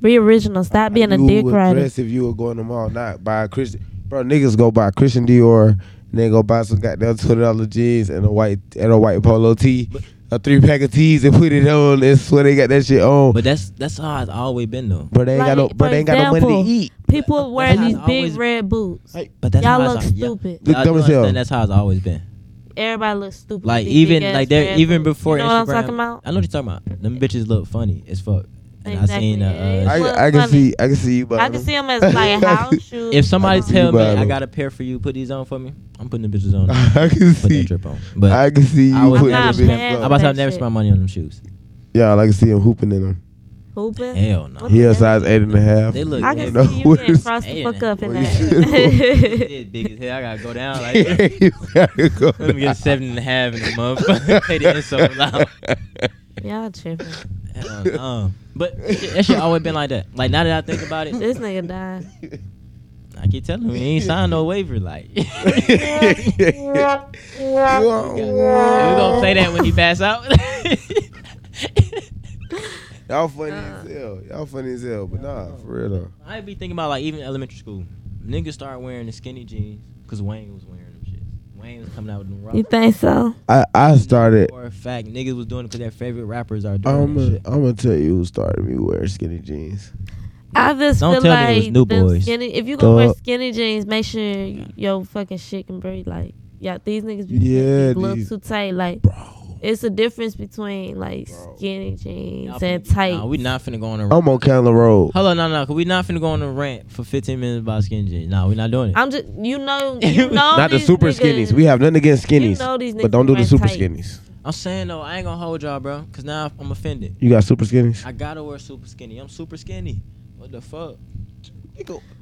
D: Be original. Stop being a
B: you
D: dick
B: would
D: rider.
B: dress if you were going to the mall, not buy a Christian. Bro, niggas go buy Christian Dior, and then go buy some goddamn twenty dollar jeans and a white and a white polo tee, a three pack of tees and put it on. and swear they got that shit on.
A: But that's that's how it's always been though.
B: But they ain't got no.
D: Like,
B: But
D: for
B: they ain't got no money to
D: example,
B: eat.
D: People wearing
A: how
D: these
A: it's
D: big
A: always-
D: red boots.
A: But that's
D: Y'all
A: how
D: look
A: it's, y'all-
D: stupid.
B: Look
A: y'all
B: dumb
A: do
B: as hell.
A: understand That's how it's always been.
D: Everybody looks stupid.
A: Like
D: with
A: even
D: big-ass
A: like they're
D: red
A: even
D: boots.
A: before
D: You know
A: Instagram.
D: what I'm talking about?
A: I know what you're talking about. Them bitches look funny as fuck. And I seen uh, uh,
D: Exactly. It was
B: I, I can
D: funny.
B: see. I can see you. Buying
D: I can
B: them.
D: see them as like house shoes.
A: if somebody
B: I see
A: tell
B: you
A: me
B: buy
A: I
B: them.
A: got a pair for you, put these on for me. I'm putting the bitches on.
B: I can
A: put that
B: see.
A: drip on. But I,
B: I can see you
A: I was
B: putting
A: not
B: them in
D: paying
A: am about
B: the
A: to have
D: that
A: never
D: shit.
A: spent money on them shoes.
B: Yeah, I can see him hooping in them.
D: hooping.
A: Hell no.
D: What
B: He a
D: the
B: size eight and a half.
A: They look
D: I
A: Yeah.
D: can
A: No,
D: see you getting
B: what
D: crossed the
A: Hey,
D: fuck
A: man.
D: up in
B: What
D: that.
A: It's big as hell. I gotta go down like that.
B: is- You gotta go
A: Let me get a
B: down.
A: seven and a half in a month. Pay the insult loud.
D: Y'all tripping.
A: Hell no. But that shit always been like that. Like now that I think about it,
D: This nigga died.
A: I keep telling him he ain't signed no waiver. Like
B: You are-
A: We gonna say that when he pass out.
B: Y'all
D: Uh.
B: funny as hell. Y'all funny as hell. But nah, for real though.
A: I be thinking about like even elementary school. Niggas start wearing the skinny jeans because Wayne was wearing them shits. Wayne was coming out with them rock.
D: You think so?
B: I I started.
A: For a fact, niggas was doing it because their favorite rappers are doing
B: I'm
A: that
B: gonna
A: shit.
B: I'm gonna tell you who started me wearing skinny jeans.
D: I just
A: Don't
D: feel
A: tell me it
D: like
A: was New
D: them
A: Boys.
D: Skinny, if you gonna wear
B: Dog.
D: skinny jeans, make sure your fucking shit can breathe. Like, yeah, these niggas be
B: Yeah,
D: yeah, look
B: these-
D: too tight. Like, it's a difference between like skinny jeans
A: Y'all
D: and
A: finna-
D: tight.
A: Nah, we not finna go on a rant.
B: I'm on Candler Road.
A: Hold on, no, no, cause we not finna go on a rant for 15 minutes about skin jeans. Nah, we not doing it.
D: I'm just, you know, you know,
B: Not the
D: these
B: super
D: niggas-
B: skinnies. We have nothing against
D: You
B: skinnies,
D: know these niggas
B: but don't do the
D: wearing
B: super
D: tight.
B: skinnies.
A: I'm saying though, I ain't gonna hold y'all, bro, cause now I'm offended.
B: You got super skinnies.
A: I gotta wear super skinny. I'm super skinny. What the fuck?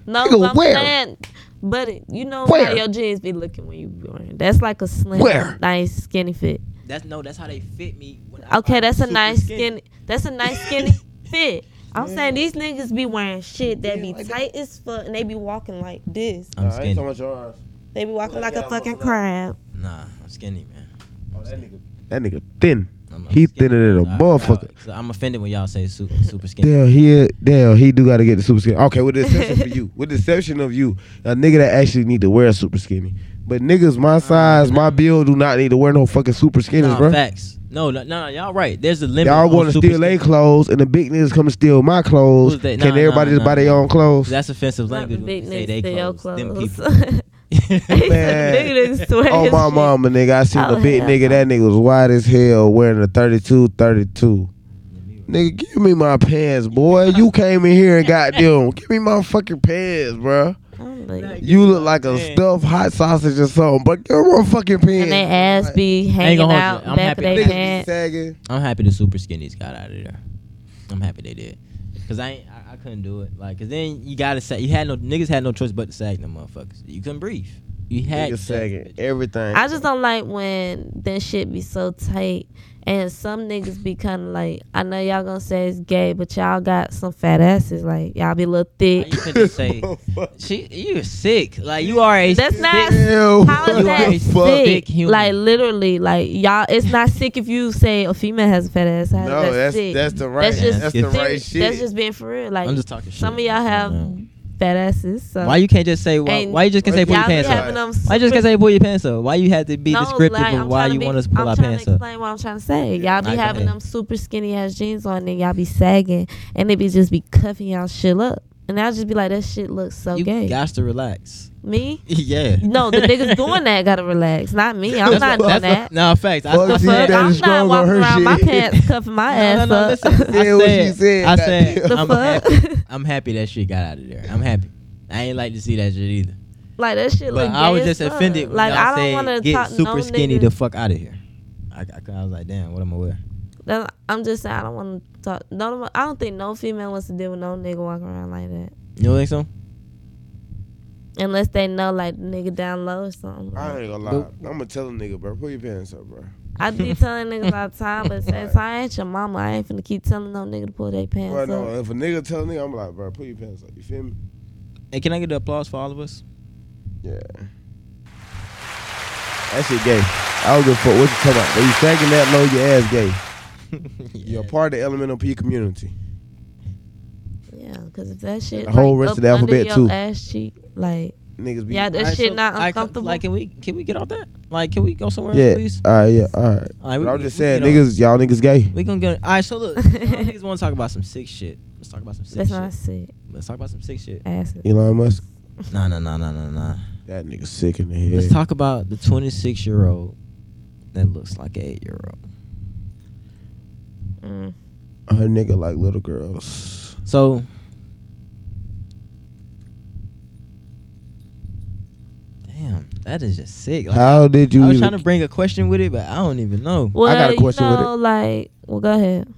D: No,
B: Nigga,
D: but I'm
B: where?
D: saying, buddy, you know
B: Where?
D: how your jeans be looking when you be wearing. That's like a slim,
B: Where?
D: nice skinny fit.
A: That's no. That's how they fit me. When I
D: Okay,
A: buy
D: that's a
A: super
D: nice skinny. That's a nice skinny fit. I'm saying these niggas be wearing shit that be tight as fuck, and they be walking like this.
A: I'm skinny.
B: much your arms.
D: They be walking like
B: yeah,
D: a
B: I'm
D: fucking
B: looking
D: crab.
A: Nah, I'm skinny, man.
B: Oh, that nigga. That nigga thin.
A: I'm, I'm
B: He
A: skinny.
B: thinner than a
A: Nah,
B: motherfucker.
A: nah, 'cause I'm offended when y'all say super, super skinny.
B: Damn, he damn he do got to get the super skinny. Okay, with the exception for you, with the exception of you, a nigga that actually need to wear a super skinny. But niggas my size, my build, do not need to wear no fucking super skinnies,
A: Nah,
B: bro.
A: facts. No, no, no, y'all right. There's a limit.
B: Y'all
A: on
B: want to
A: super
B: steal
A: skinny.
B: their clothes, and the big niggas come to steal my clothes.
A: Who's that?
B: Can
A: Nah,
B: everybody
A: nah,
B: just buy
A: nah,
B: their
A: nah.
B: own clothes?
A: That's offensive
D: Not
A: language.
D: the
A: when you
D: big
A: say
D: niggas
A: they
D: to your
A: clothes. Them
D: clothes.
A: people.
B: Man.
D: nigga didn't swear
B: Oh
D: his
B: my
D: shit.
B: mama, nigga! I seen
D: Oh,
B: a big
D: hell
B: nigga.
D: no.
B: That nigga was wide as hell, wearing a 32, 32. Nigga, give me my pants, boy. You came in here and got them. Give me my fucking pants, bruh.
D: I'm like-
B: You look like a stuffed hot sausage or something, but give me my fucking pants.
D: And they ass be
A: ain't
D: hanging
A: gonna hold
D: out
A: you. I'm
D: back
A: happy.
D: of their
B: Niggas be
D: pants.
B: sagging.
A: I'm happy the super skinnies got out of there. I'm happy they did. Cause I, ain't, I I couldn't do it. Like, cause then you gotta sag. You had no niggas had no choice but to sag them motherfuckers. You couldn't breathe. You had
B: Niggas
A: to sag
B: sagging.
A: them bitches.
B: Everything.
D: I just don't like when that shit be so tight. And some niggas be kind of like, I know y'all gonna say it's gay, but y'all got some fat asses. Like y'all be a little
A: How
D: thick.
A: you couldn't say she. You're sick. Like you are a.
D: That's
A: sick-
D: not-
B: Ew.
D: How
A: You
D: is
A: are a
D: that
A: big
D: sick?
A: human.
D: Like literally, like y'all, it's not sick if you say a female has a fat ass. How is
B: No,
D: that
B: that's
D: sick?
B: that's the right. That's,
D: That's just
B: the
A: serious.
B: right
D: Serious-
B: shit.
D: That's just being for real. Like
A: I'm just talking shit.
D: some of y'all have fat asses. So
A: Why you can't just say why?
D: And
A: Why you just can't say pull your
D: y'all be
A: pants up?
D: having them?
A: Why you just can't say pull your pants up? Why you had to be
D: No,
A: descriptive
D: like,
A: of
D: I'm
A: why
D: trying to
A: you
D: be-
A: want us to pull
D: I'm
A: our
D: trying
A: pants
D: to
A: up?
D: explain what I'm trying to say. Y'all be
A: Alright, go
D: having
A: ahead.
D: them super skinny ass jeans on, and y'all be sagging, and they be just be cuffing y'all shit up. And I'll just be like, that shit looks so
A: You
D: gay.
A: got to relax.
D: me?
A: yeah.
D: No, the niggas doing that gotta relax, not me. I'm
A: That's
D: not
A: what-
D: doing
A: that's
D: that.
A: what- No, facts. I
B: Fuck
A: still
B: She
D: Fuck,
B: that
D: I'm
B: is
D: not
B: strong on
D: walking
B: her
D: around my
B: shit.
D: pants cuffing my
A: No,
D: ass
A: no,
D: up.
A: listen. I
B: Said what she
A: said,
B: said,
A: I said,
B: goddamn.
D: the
A: I'm, happy,
D: fuck?
A: I'm happy that shit got out of there. I'm happy. I ain't like to see that shit either.
D: like that shit.
A: But
D: look
A: I
D: gay
A: was
D: as
A: just
D: fuck.
A: offended. When
D: Like
A: y'all
D: I don't
A: said,
D: want to
A: get
D: talk
A: super
D: no
A: skinny
D: nigga.
A: the fuck out of here. I, I, I was like, damn, what am I wear?
D: That- I'm just saying I don't want to talk. No, I don't think no female wants to deal with no nigga walking around like that.
A: You don't think so?
D: Unless they know like the nigga down low or something.
B: I
D: Like,
B: ain't gonna lie. I'm gonna tell a nigga, bro. Pull your pants up, bro.
D: I be telling niggas all the time, but since I ain't your mama, I ain't finna keep telling no nigga to pull their pants
B: Bro,
D: up.
B: no, if a nigga tell a nigga, I'm like, bro, pull your pants up. You feel me?
A: Hey, can I get the applause for all of us?
B: Yeah. That shit gay. I don't give a fuck what you talking about. When you sagging that low, your ass gay. You're a part of the elemental P community.
D: Yeah, cause if that shit
B: The whole
D: like,
B: rest
D: up
B: of the
D: under
B: alphabet,
D: your
B: too.
D: ass cheek, like
B: Niggas be.
D: yeah, that
A: Alright,
D: shit
A: so,
D: not
A: alright, c-
D: uncomfortable.
A: Like, can we can we get off that? Like, can we go somewhere
B: yeah.
A: else, please?
B: All right. Yeah. All right.
A: All right,
B: But
A: we-
B: I'm
A: we-
B: just
A: we
B: saying,
A: get on-
B: niggas, y'all niggas gay.
A: We gonna get. All right, so look, y'all niggas want to talk about some sick shit. Let's talk about some sick
D: That's
A: shit.
D: not sick.
A: Let's talk about some sick shit.
D: Asses.
B: Elon Musk.
A: Nah, nah, nah, nah, nah, nah.
B: That nigga sick in the head.
A: Let's talk about the 26 year old that looks like an eight year old.
D: Mm.
B: Her nigga like little girls.
A: So, damn, that is just sick. Like,
B: How did you?
A: I was
B: even-
A: trying to bring a question with it, but I don't even know.
D: Well,
B: got a question
D: you
B: with it.
D: know, Like, well, go ahead.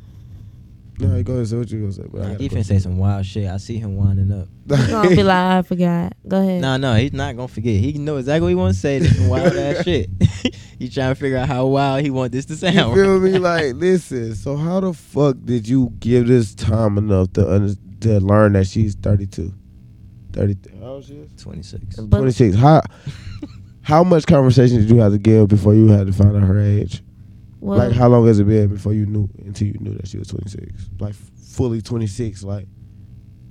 B: No, go ahead. Say what you gonna say, bro. I
A: Nah,
B: gotta
A: Ethan
B: go.
A: say some wild shit. I see him winding up.
D: You gonna be like, I forgot. Go ahead.
A: No, no, he's not gonna forget. He know exactly what he want to say. This some wild ass shit. he trying to figure out how wild he want this to
B: You
A: sound.
B: feel me? Like, listen. So how the fuck did you give this time enough to under, to learn that she's 32, 33? How old she is?
A: 26.
D: But
B: 26. How how much conversation did you have to give before you had to find out her age?
D: well,
B: like, how long has it been before you knew until you knew that she was 26? Like, fully 26. Like,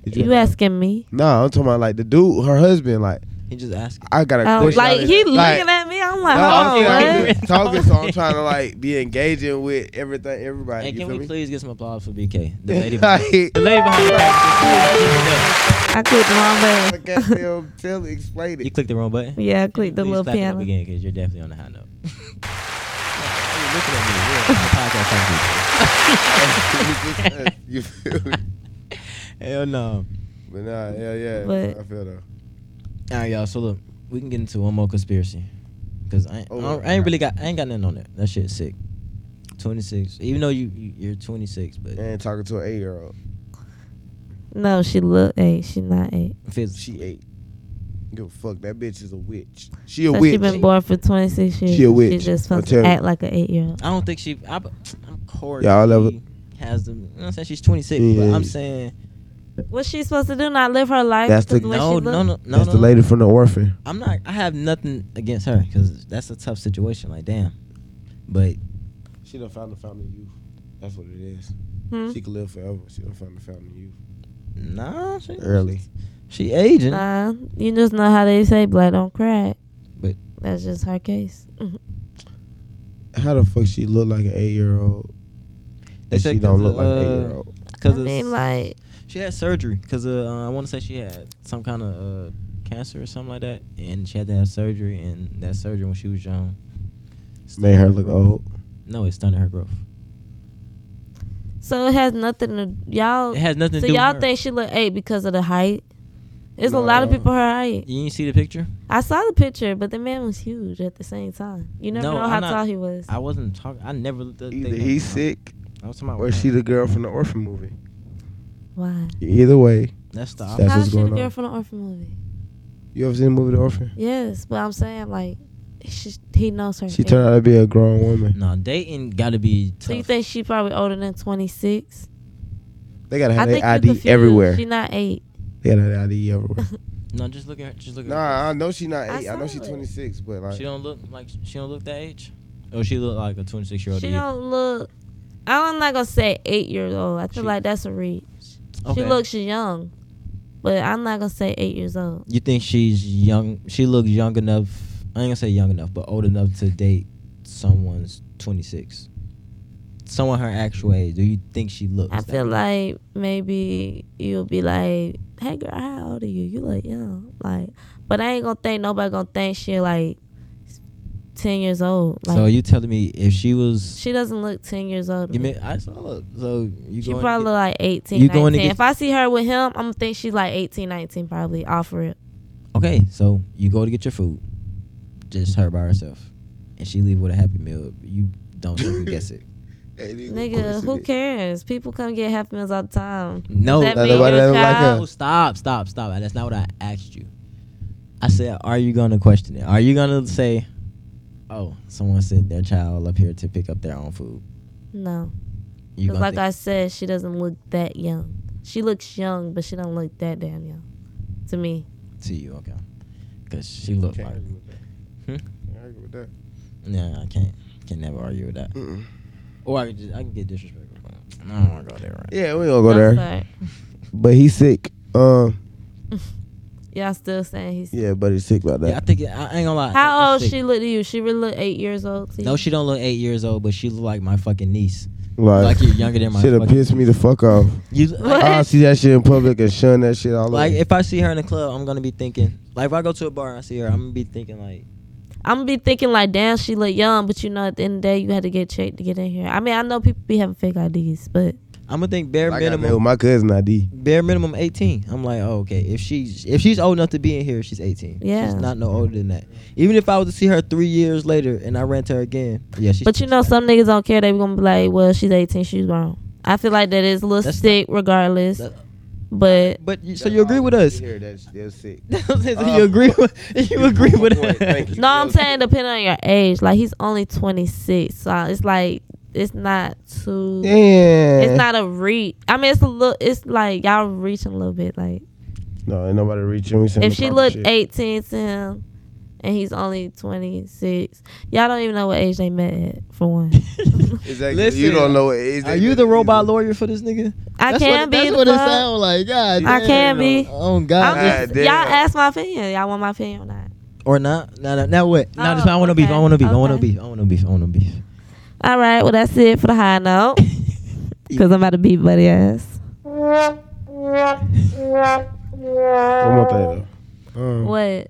B: did
D: you asking me?
B: No, nah, I'm talking about like the dude, her husband. Like,
A: He just asked.
B: I got a
D: Oh,
B: question.
D: like
B: out of-
D: he looking
B: like,
D: at me. I'm like,
B: No, I'm
D: hold
B: saying
A: okay,
D: on,
B: I'm
A: okay.
D: what?
B: just talking, so I'm trying to like be engaging with everything, everybody.
A: Hey,
B: you
A: can
B: feel
A: we
B: me?
A: please get some applause for BK, the lady, behind-
B: like,
A: the lady behind the back.
D: I clicked the wrong
B: I
D: button.
B: can't tell, tell, explain
A: You
B: it.
A: clicked the wrong button.
D: Yeah, I clicked the
A: Please
D: little
A: clap it up
D: piano.
A: again because you're definitely on the high note. You're looking at me. We're on the podcast on YouTube.
B: you feel me?
A: Hell no.
B: But nah, yeah, yeah.
D: But-
B: I feel that.
A: All right, y'all. So look, we can get into one more conspiracy because I, ain't- I,
B: Oh,
A: don't- I ain't really got I ain't got nothing on that. That shit's sick. 26. Even though you, you you're 26, but
B: I ain't talking to an eight year old.
D: No, she look eight. She not eight.
A: physically.
B: She eight. Give a fuck. That bitch is a witch. She a
D: So
B: witch.
D: she been born for 26 years.
B: She a
D: and She
B: witch.
D: just
B: I'll
D: supposed
B: tell
D: to
B: you.
D: act like an eight year old.
A: I don't think she. I, but I'm Corey.
B: Yeah, I love
A: she Has the. You know what I'm saying she's 26,
B: Yeah,
A: but
B: yeah,
A: I'm
B: yeah.
A: saying
D: What's she supposed to do? Not live her life?
B: That's
D: because
B: the-
D: way
A: no,
D: she
A: no, no,
D: look?
A: no, no.
B: That's the lady from the orphan.
A: I'm not. I have nothing against her because that's a tough situation. Like damn, but
B: She done found the fountain of youth. That's what it is.
D: Hmm?
B: She could live forever. She done found the fountain of youth.
A: nah, she,
B: Early.
A: She aging.
D: Nah, you just know how they say black don't crack.
A: But-
D: that's just her case.
B: How the fuck she look like an eight year old?
A: They
B: She
A: said 'cause,
B: don't look like an
A: uh,
B: eight year old.
D: I
A: Because
D: mean, like,
A: she had surgery. Because uh, I want to say she had some kind of uh, cancer or something like that, and she had to have surgery, and that surgery when she was young
B: Made her look old.
A: No, it stunted her growth.
D: So it has nothing to y'all.
A: It has nothing to
D: So
A: do. with
D: y'all
A: her.
D: think she look eight because of the height? It's
B: No.
D: a lot of people her height.
A: you didn't see the picture?
D: I saw the picture, but the man was huge at the same time. You never
A: No,
D: know
A: I'm
D: how
A: not-
D: tall he was.
A: I wasn't talking. I never. looked at the
B: Either
A: thing
B: he's
A: up.
B: sick
A: I was talking about
B: or she the girl from the orphan movie.
D: Why?
B: Either way,
A: That's the
B: That's
A: opposite.
D: How
B: what's
D: is she the
B: going
D: girl
B: on.
D: from the orphan movie?
B: you ever seen the movie The Orphan?
D: Yes, but I'm saying like, she, he knows her.
B: She
D: age.
B: turned out to be a grown woman.
A: No, dating got to be tough.
D: So you think she probably older than 26?
B: They gotta
D: I
B: have
D: think
B: their
D: you
B: ID
D: confused.
B: everywhere.
D: She not eight.
B: They gotta have their ID everywhere.
A: no, just look at her. Just look at her.
B: nah, I know she not
D: I
B: eight. I, know
D: saw
B: she
D: it.
B: 26, but like
A: She don't look like she don't look that age. Oh, she look like a 26 year old.
D: She don't look. I'm not gonna say eight years old. I feel
A: She-
D: like that's a reach. She looks young, but I'm not gonna say eight years old.
A: You think she's young? She looks young enough. I ain't gonna say young enough, but old enough to date someone's 26. Someone her actual age. Do you think she looks?
D: I
A: that
D: feel
A: old?
D: like maybe you'll be like, "Hey girl, how old are you? You look young." Like, but I ain't gonna think nobody gonna think she like ten years old. Like,
A: so you telling me if she was?
D: she doesn't look ten years old. to
A: You
D: me.
A: mean I saw. Look, so you
D: She
A: going to
D: probably
A: get-
D: look like 18,
A: You going to
D: 19.
A: get-
D: if I see her with him, I'm gonna think she's like 18, 19 probably off rip.
A: Okay, so you go to get your food, just her by herself, and she leave with a happy meal. You don't second guess it.
D: Nigga, who cares? People come get happy meals all the time.
A: No,
D: Does that
B: not
D: mean
B: nobody
D: your
B: ever like
D: child?
A: no, stop, stop, stop. That's not what I asked you. I said, are you gonna question it? Are you gonna say, oh, someone sent their child up here to pick up their own food?
D: No,
A: You
D: because
A: gonna
D: like
A: think-
D: I said, she doesn't look that young. She looks young, but she don't look that damn young to me.
A: to you, okay? Because she looked
B: Can't
A: like,
B: argue with that.
A: Hmm?
B: Can't argue with that.
A: nah, I can't, can never argue with that.
B: Mm-mm.
A: Or I could just, I can get disrespectful. but I don't wanna go there. Right?
B: Yeah, we don't go
D: I'm
B: there.
D: sorry.
B: But he's sick. Um,
D: Y'all still saying he's.
B: yeah, buddy's sick about
A: Yeah, I
B: that.
A: think it, I I ain't gonna lie.
D: How old
A: It's sick.
D: she look to you? She really look eight years old to you?
A: No, she don't look eight years old, but she look like my fucking niece.
B: Like,
A: Like you're younger than my
B: should have
A: fucking.
B: pissed me the fuck off.
A: You
D: What?
B: I'll see that shit in public and shun that shit all
A: like
B: over.
A: if I see her in the club, I'm gonna be thinking. Like if I go to a bar and I see her, I'm gonna be thinking like,
D: I'm gonna be thinking like, damn, she look young, but you know, at the end of the day, you had to get checked to get in here. I mean, I know people be having fake IDs, but
A: I'm gonna think bare
B: Like I met with
A: minimum,
B: my cousin ID.
A: bare minimum 18. I'm like, oh okay, if she's if she's old enough to be in here, she's 18.
D: Yeah.
A: she's not no older than that. Even if I was to see her three years later and I ran to her again, yeah, she's.
D: but you know, some niggas don't care. They be gonna be like, well, she's 18, she's grown. I feel like that is a little
A: That's
D: sick, regardless.
A: that-
D: but
A: But you, so you agree with us?
B: Here, that's, that's sick.
A: so
B: Uh,
A: you agree with you agree with
B: point.
A: us?
B: Thank you.
D: no, I'm saying depending on your age. Like he's only 26, so it's like it's not too.
B: Yeah.
D: It's not a reach. I mean, it's a little. It's like y'all reaching a little bit. Like
B: No, ain't nobody reaching. We send
D: if
B: no
D: she
B: proper
D: looked
B: shit.
D: 18 to him, and he's only 26, y'all don't even know what age they met at. For one,
B: Exactly.
A: Listen,
B: you don't know what age.
A: Are
B: they
A: you
B: look
A: the
B: at
A: robot
B: either.
A: lawyer for this nigga?
D: I
A: That's
D: can
A: what,
D: be.
A: That's
D: the
A: what it
D: fuck.
A: sound like. God,
D: I
A: damn.
D: can be.
A: Oh God.
D: I'm
B: God
D: just,
B: damn.
D: y'all ask my opinion. Y'all want my opinion or not?
A: or not? No, no. Now what? No,
D: Oh,
A: this- I want to beef.
D: okay.
A: I want to beef. I want to
D: Okay.
A: beef. I want to beef. I want to beef.
D: All right, well that's it for the high note. Cause I'm about to beat buddy ass.
B: One more thing though.
A: Mm.
B: Um,
D: What?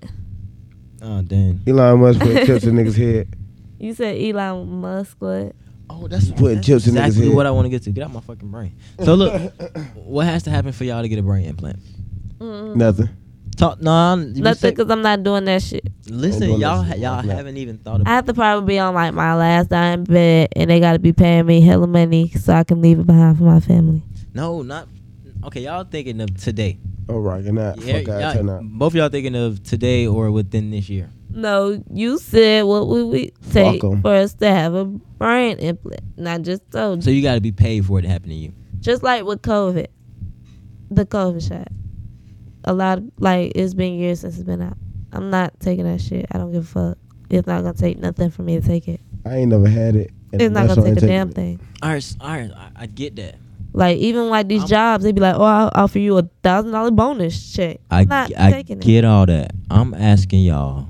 A: Oh damn.
B: Elon Musk put chips in niggas' head.
D: You said Elon Musk what?
A: Oh, that's
B: Putting
A: that's
B: chips in niggas'
A: exactly
B: head.
A: what I want to get to. Get out my fucking brain. So look, what has to happen for y'all to get a brain implant?
D: Mm.
B: Nothing.
A: Talk. No, I'm, you
D: Nothing
A: said-
D: because I'm not doing that shit.
A: listen,
B: Don't do
A: y'all,
B: this.
A: y'all
B: No.
A: haven't even thought about.
D: I have to probably be on like my last dying bed and they got to be paying me hella money so I can leave it behind for my family.
A: No, not. Okay, y'all thinking of today.
B: Oh, rocking that.
A: Yeah,
B: Fuck out,
A: y'all-
B: turn out.
A: both y'all thinking of today or within this year.
D: No, you said what would we take
B: Fuck 'em.
D: for us to have a brain implant? And I just told
A: So
D: you.
A: you got to be paid for it to happen to you.
D: Just like with COVID, the COVID shot. A lot, of, like, it's been years since it's been out. I'm not taking that shit. I don't give a fuck. It's not going to take nothing for me to take it.
B: I ain't never had it. and
D: It's not
B: that's
D: going
B: why I ain't
D: to take a
B: taking
D: damn
B: it.
D: thing.
A: All right, s- all right. I, I get that.
D: Like even like these
A: I'm-
D: jobs, they be like, "Oh, I'll offer you a thousand dollar bonus check."
A: I,
D: I'm not
A: I
D: taking it.
A: get all that. I'm asking y'all,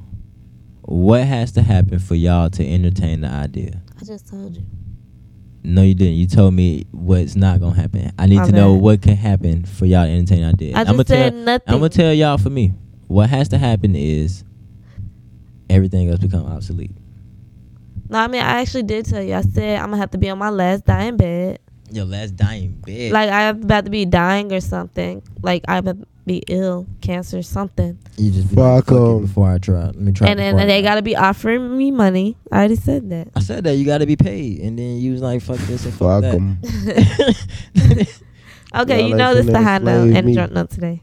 A: what has to happen for y'all to entertain the idea?
D: I just told you.
A: No, you didn't. You told me what's not gonna happen. I need
D: My
A: to know
D: bad.
A: what can happen for y'all to entertain the idea.
D: I
A: I'ma
D: just said
A: tell,
D: nothing.
A: I'm gonna tell y'all for me. What has to happen is everything else become obsolete.
D: No, I mean I actually did tell you. I said I'm gonna have to be on my last dying bed.
A: Yo, last dying bed.
D: Like I'm about to be dying or something. Like I'm about to be ill, cancer, something.
A: you just be like,
B: Fuck
A: fuck it
B: 'em.
A: before I try. Let me try.
D: And then
A: before I
D: they
A: try.
D: gotta be offering me money. I already said that.
A: I said that you got to be paid, and then you was like, "Fuck this and fuck,
B: Fuck
A: that."
B: 'em.
D: Okay,
B: Y'all
D: you
B: ain't
D: know this
B: finna
D: the high note
B: enslave
D: and
B: me.
D: drunk note today.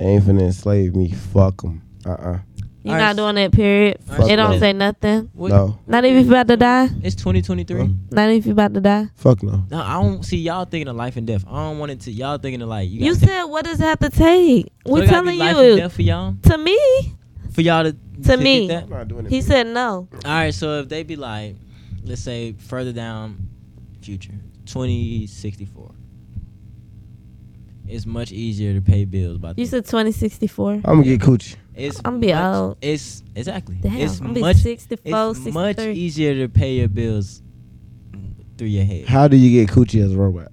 B: Ain't finna enslave me. Fuck them. Uh uh
D: You're
A: All right.
D: not doing that. Period.
B: Fuck
D: it don't
B: no.
D: say nothing.
A: What-
B: No.
D: Not even if you about to die.
A: It's 2023.
B: Huh?
D: Not even if you about to die.
B: Fuck no.
A: No, I don't see y'all thinking of life and death. I don't want it to. Y'all thinking of like you.
D: You,
A: gotta take-
D: said what does it have to take?
A: So
D: We're
A: it gotta be
D: telling
A: life and
D: you.
A: death for y'all.
D: To me,
A: For y'all to to get
D: me.
A: that?
B: not doing
D: he said no.
A: All right, so if they be like, let's say further down future, 2064, it's much easier to pay bills by
D: You
A: then.
D: said 2064.
B: I'm gonna get coochie.
A: it's
D: I'm be
A: much-
D: old.
A: It's exactly.
D: Damn,
A: it's
D: I'm
A: much
D: be 64,
A: it's much
D: 63.
A: easier to pay your bills through your head.
B: How do you get coochie as a robot?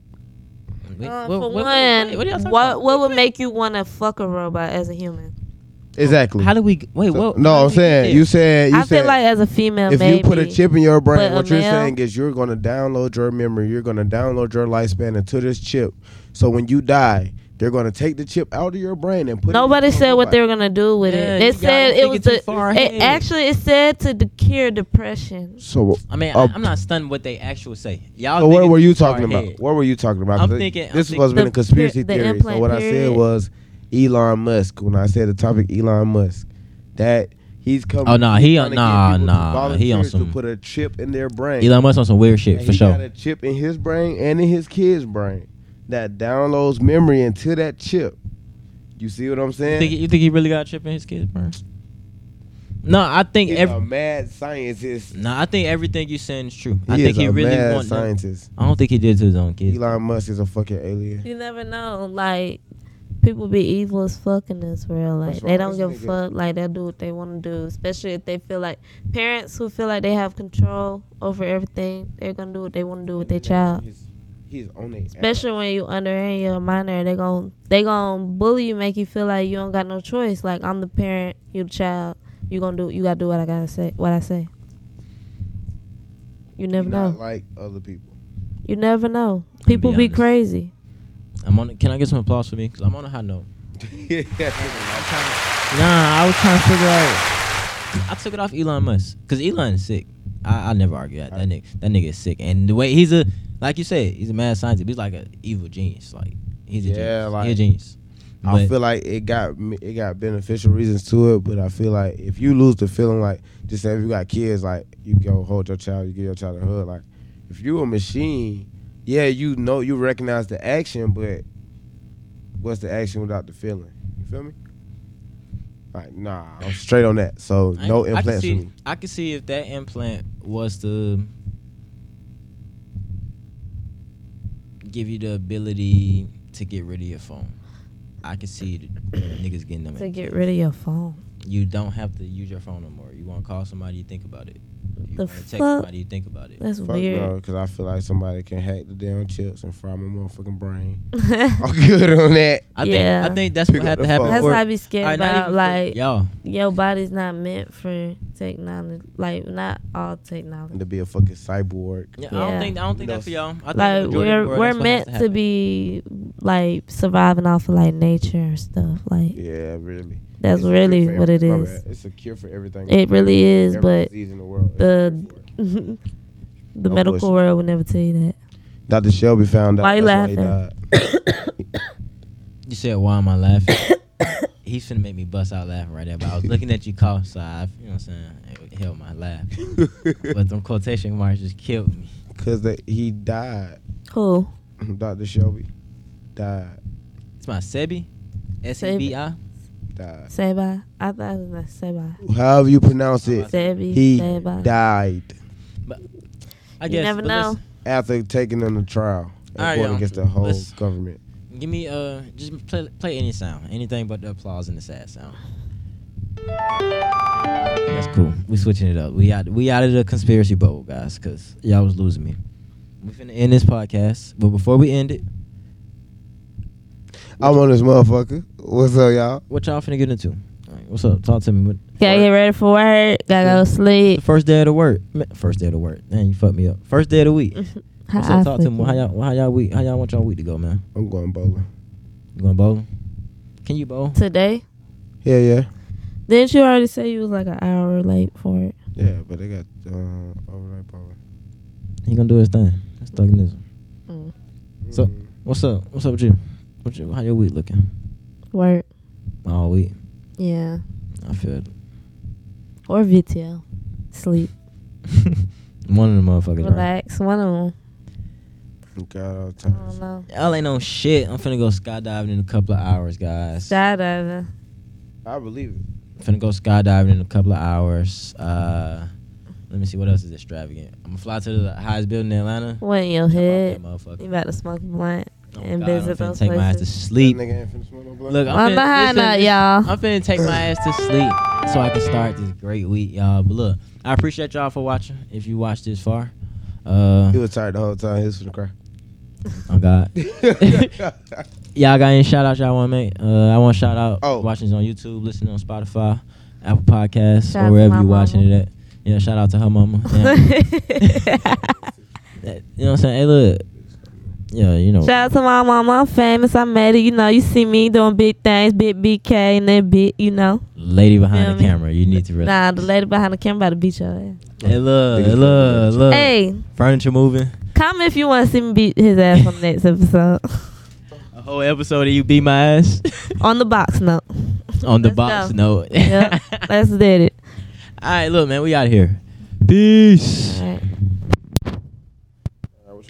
A: Wait,
D: Uh,
A: what-
D: for
A: what-
D: one,
A: what- what are y'all
D: what,
A: talking
D: what,
A: about?
D: would make you want to fuck a robot as a human?
B: Exactly.
A: How do we? g- Wait,
B: So-
A: what?
B: no,
A: how
B: I'm
A: do we get
B: saying
A: there?
B: you said you
D: I
B: said
D: feel like as a female,
B: if
D: maybe.
B: you put a chip in your brain,
D: But a
B: what you're
D: male-
B: saying is you're gonna download your memory. You're gonna download your lifespan into this chip. So when you die, they're gonna take the chip out of your brain and put. it
D: Nobody
B: into a
D: said what they
B: robot.
D: were gonna do with
A: Yeah,
D: it.
A: you
D: They
A: gotta
D: said
A: think
D: it was
A: it too
D: the.
A: far ahead.
D: It, actually, it said to de- cure depression.
B: So,
A: I mean,
B: Uh,
A: I, am not stunned what they actually say. Y'all.
B: so what
A: thinking
B: were you
A: too far
B: talking about?
A: ahead.
B: What were you talking about?
A: I'm
B: 'Cause
A: thinking- I'm
B: this
A: thinking-
B: was been a
D: The
B: conspiracy
D: per- the
B: theory. So
D: implant
B: what I said
D: period.
B: was Elon Musk. When I said the topic Elon Musk, that he's coming.
A: Oh, nah, he
B: he's
A: on-
B: trying to get
A: nah,
B: people to
A: nah, he on
B: volunteer to
A: some-
B: put a chip in their brain.
A: Elon Musk on some weird shit
B: And
A: for
B: he
A: sure.
B: got a chip in his brain and in his kid's brain that downloads memory into that chip. You see what I'm
A: You
B: saying?
A: think, you think he really got a chip in his kids, bro? No, I think
B: He's a
A: every,
B: mad scientist.
A: no, I think everything you saying is true.
B: He
A: I think
B: is
A: he
B: a
A: really
B: mad
A: wants. them-
B: scientist.
A: I don't think he did to his own kids.
B: Elon Musk is a fucking alien.
D: You never know. Like people be evil as fuck in this world. Like
B: What's wrong
D: they don't
B: with
D: give a
B: this nigga?
D: fuck. Like they'll do what they want to do. Especially if they feel like parents who feel like they have control over everything, they're gonna do what they want to do with their child.
B: He's, he's on their ass.
D: Especially when you under and you're a minor, they gon' they gon' bully you, make you feel like you don't got no choice. Like I'm the parent, you the child. You gonna do you gotta do what I gotta say. What I say. You never
B: not
D: know.
B: like other people.
D: You never know. People be
A: honest.
D: crazy.
A: I'm on. Can I get some applause for me? Cause I'm on a high note.
B: yeah,
A: Nah, I was trying to figure out. I took it off Elon Musk because Elon is sick. I, I never argue that. That nigga, that nigga is sick. And the way he's a, like you said, he's a mad scientist. He's like an evil genius. Like he's a
B: Yeah,
A: genius.
B: like-
A: he a genius.
B: I
A: But-
B: feel like it got me- it got beneficial reasons to it, but I feel like if you lose the feeling, like just say if you got kids, like you go hold your child, you give your child a hug. Like if you a machine, yeah, you know you recognize the action, but what's the action without the feeling? You feel me? Like nah, I'm straight on that. So
A: I-
B: no
A: I can
B: implants for
A: see.
B: me.
A: I can see if that implant was to give you the ability to get rid of your phone. I can see the niggas getting them.
D: To get rid of your phone.
A: You don't have to use your phone no more. You want to call somebody, you think about it. You
D: The
A: want to text
D: fuck?
A: somebody, you think about it.
D: That's
B: Fuck
D: weird.
B: no, because I feel like somebody can hack the damn chips and fry my motherfucking brain. I'm good on that.
A: I
D: Yeah.
A: think I think that's what
B: Pick up
A: had to
B: the
A: happen.
B: phone.
D: That's
A: for-
D: why I be scared
A: Alright, not
D: about.
A: even for-
D: Like
A: y'all.
D: your body's not meant for technology. Like not all technology.
B: And to be a fucking cyborg.
A: Yeah, I don't
D: Yeah.
A: think I don't think
B: No.
A: that for y'all. I think
D: Like
A: the majority of
D: we're
A: the world, that's
D: we're
A: what has
D: meant to
A: happen.
D: be like surviving off of like nature and stuff. Like
B: Yeah, really.
D: that's
B: It's a
D: really
B: cure for
D: what it
B: every- my
D: is.
B: bad. It's a cure for everything.
D: It really is, but
B: disease in the world.
D: the the medical
B: bullshit.
D: world would never tell you that.
B: Dr. Shelby found out.
D: Why you
B: that's he
D: laughing?
B: died.
A: You said why am I laughing? He's finna make me bust out laughing right there. But I was looking at you cough, so I, you know what I'm saying. It held my laugh, but them quotation marks just killed me.
B: Cause that he died.
D: Cool.
B: Dr. Shelby died.
A: It's my Sebi, S E B I.
B: Died.
D: Say bye. I thought it was not say bye.
B: However you pronounce it,
D: Sebi,
B: he
D: say bye.
B: died
A: I
D: You
A: guess.
D: never
A: but
D: know.
A: listen,
B: after taking on the trial and
A: All right,
B: going
A: y'all.
B: against the whole
A: Let's-
B: government.
A: Give me uh, just play play any sound, anything but the applause and the sad sound. That's cool. We switching it up. We out we out of the conspiracy bubble, guys, cause y'all was losing me. We finna end this podcast, but before we end it,
B: I'm on this motherfucker. What's up, y'all?
A: What y'all finna get into? All right, what's up? Talk to me. What,
D: Gotta get ready for work. Gotta go to
A: the
D: sleep.
A: first day of the work. Ma- First day of the work. Man, you fucked me up. First day of the week.
D: How
A: so
D: I
A: talk to me.
D: sleep.
A: How y'all? How y'all week? How y'all want y'all week to go, man?
B: I'm going bowling.
A: You going bowling? Can you bowl?
D: Today?
B: Yeah, yeah.
D: Didn't you already say you was like an hour late for it?
B: Yeah, but they got uh, overnight bowling.
A: He gonna do his thing. Let's talk in this. one. So-
B: Mm.
A: What's up? What's up with you? What you? How your week looking?
D: Work.
A: All week.
D: Yeah.
A: I feel it.
D: Or VTL. Sleep.
A: one of the motherfuckers. right?
D: Relax. One of them.
B: God, all
D: I don't
B: times.
D: know.
A: Y'all ain't no shit. I'm finna go skydiving in a couple of hours, guys.
D: Skydiving.
B: I believe it.
A: finna go skydiving in a couple of hours. Uh, let me see what else is extravagant. I'm gonna fly to the highest building in Atlanta.
D: What in your
A: Jump
D: head?
A: out that
D: You
A: motherfucker.
D: about to smoke a blunt.
A: Oh,
D: and
A: God, I'm
D: visit
A: finna
D: those
A: take my ass to
D: places.
A: sleep.
B: That nigga ain't finished smoking blunt.
A: Look,
D: I'm
A: I'm finna,
D: behind
A: listen,
D: that, y'all.
A: I'm finna take my ass to sleep so I can start this great week, y'all. But look, I appreciate y'all for watching. If you watched this far, uh,
B: he was tired the whole time. He was finna cry.
A: oh God, y'all got any shout outs y'all want to make? Uh, I want shout out
B: Oh.
A: watching this on YouTube, listening on Spotify, Apple Podcasts,
D: Shout out
A: or
D: to
A: wherever
D: my
A: you watching
D: mama.
A: it at. Yeah, shout out to her mama. Yeah. That- you know what I'm saying? Hey, look. Yeah, you know.
D: Shout out to my mama. I'm famous. I made it. You know, you see me doing big things, big BK and that big, you know.
A: lady behind
D: Feel
A: the
D: me?
A: camera, you need to really.
D: Nah, the lady behind the camera about to beat your ass.
A: Hey, look,
B: Niggas
A: hey, look,
B: coming
A: look.
D: Hey,
A: Furniture moving.
D: comment if you want to see me beat his ass on the next episode.
A: A whole episode of you beat my ass
D: on the box note.
A: on the
D: Let's
A: box.
D: go.
A: No.
D: Yep, let's did it.
A: All right, look, man, we out here. Peace.
D: All right.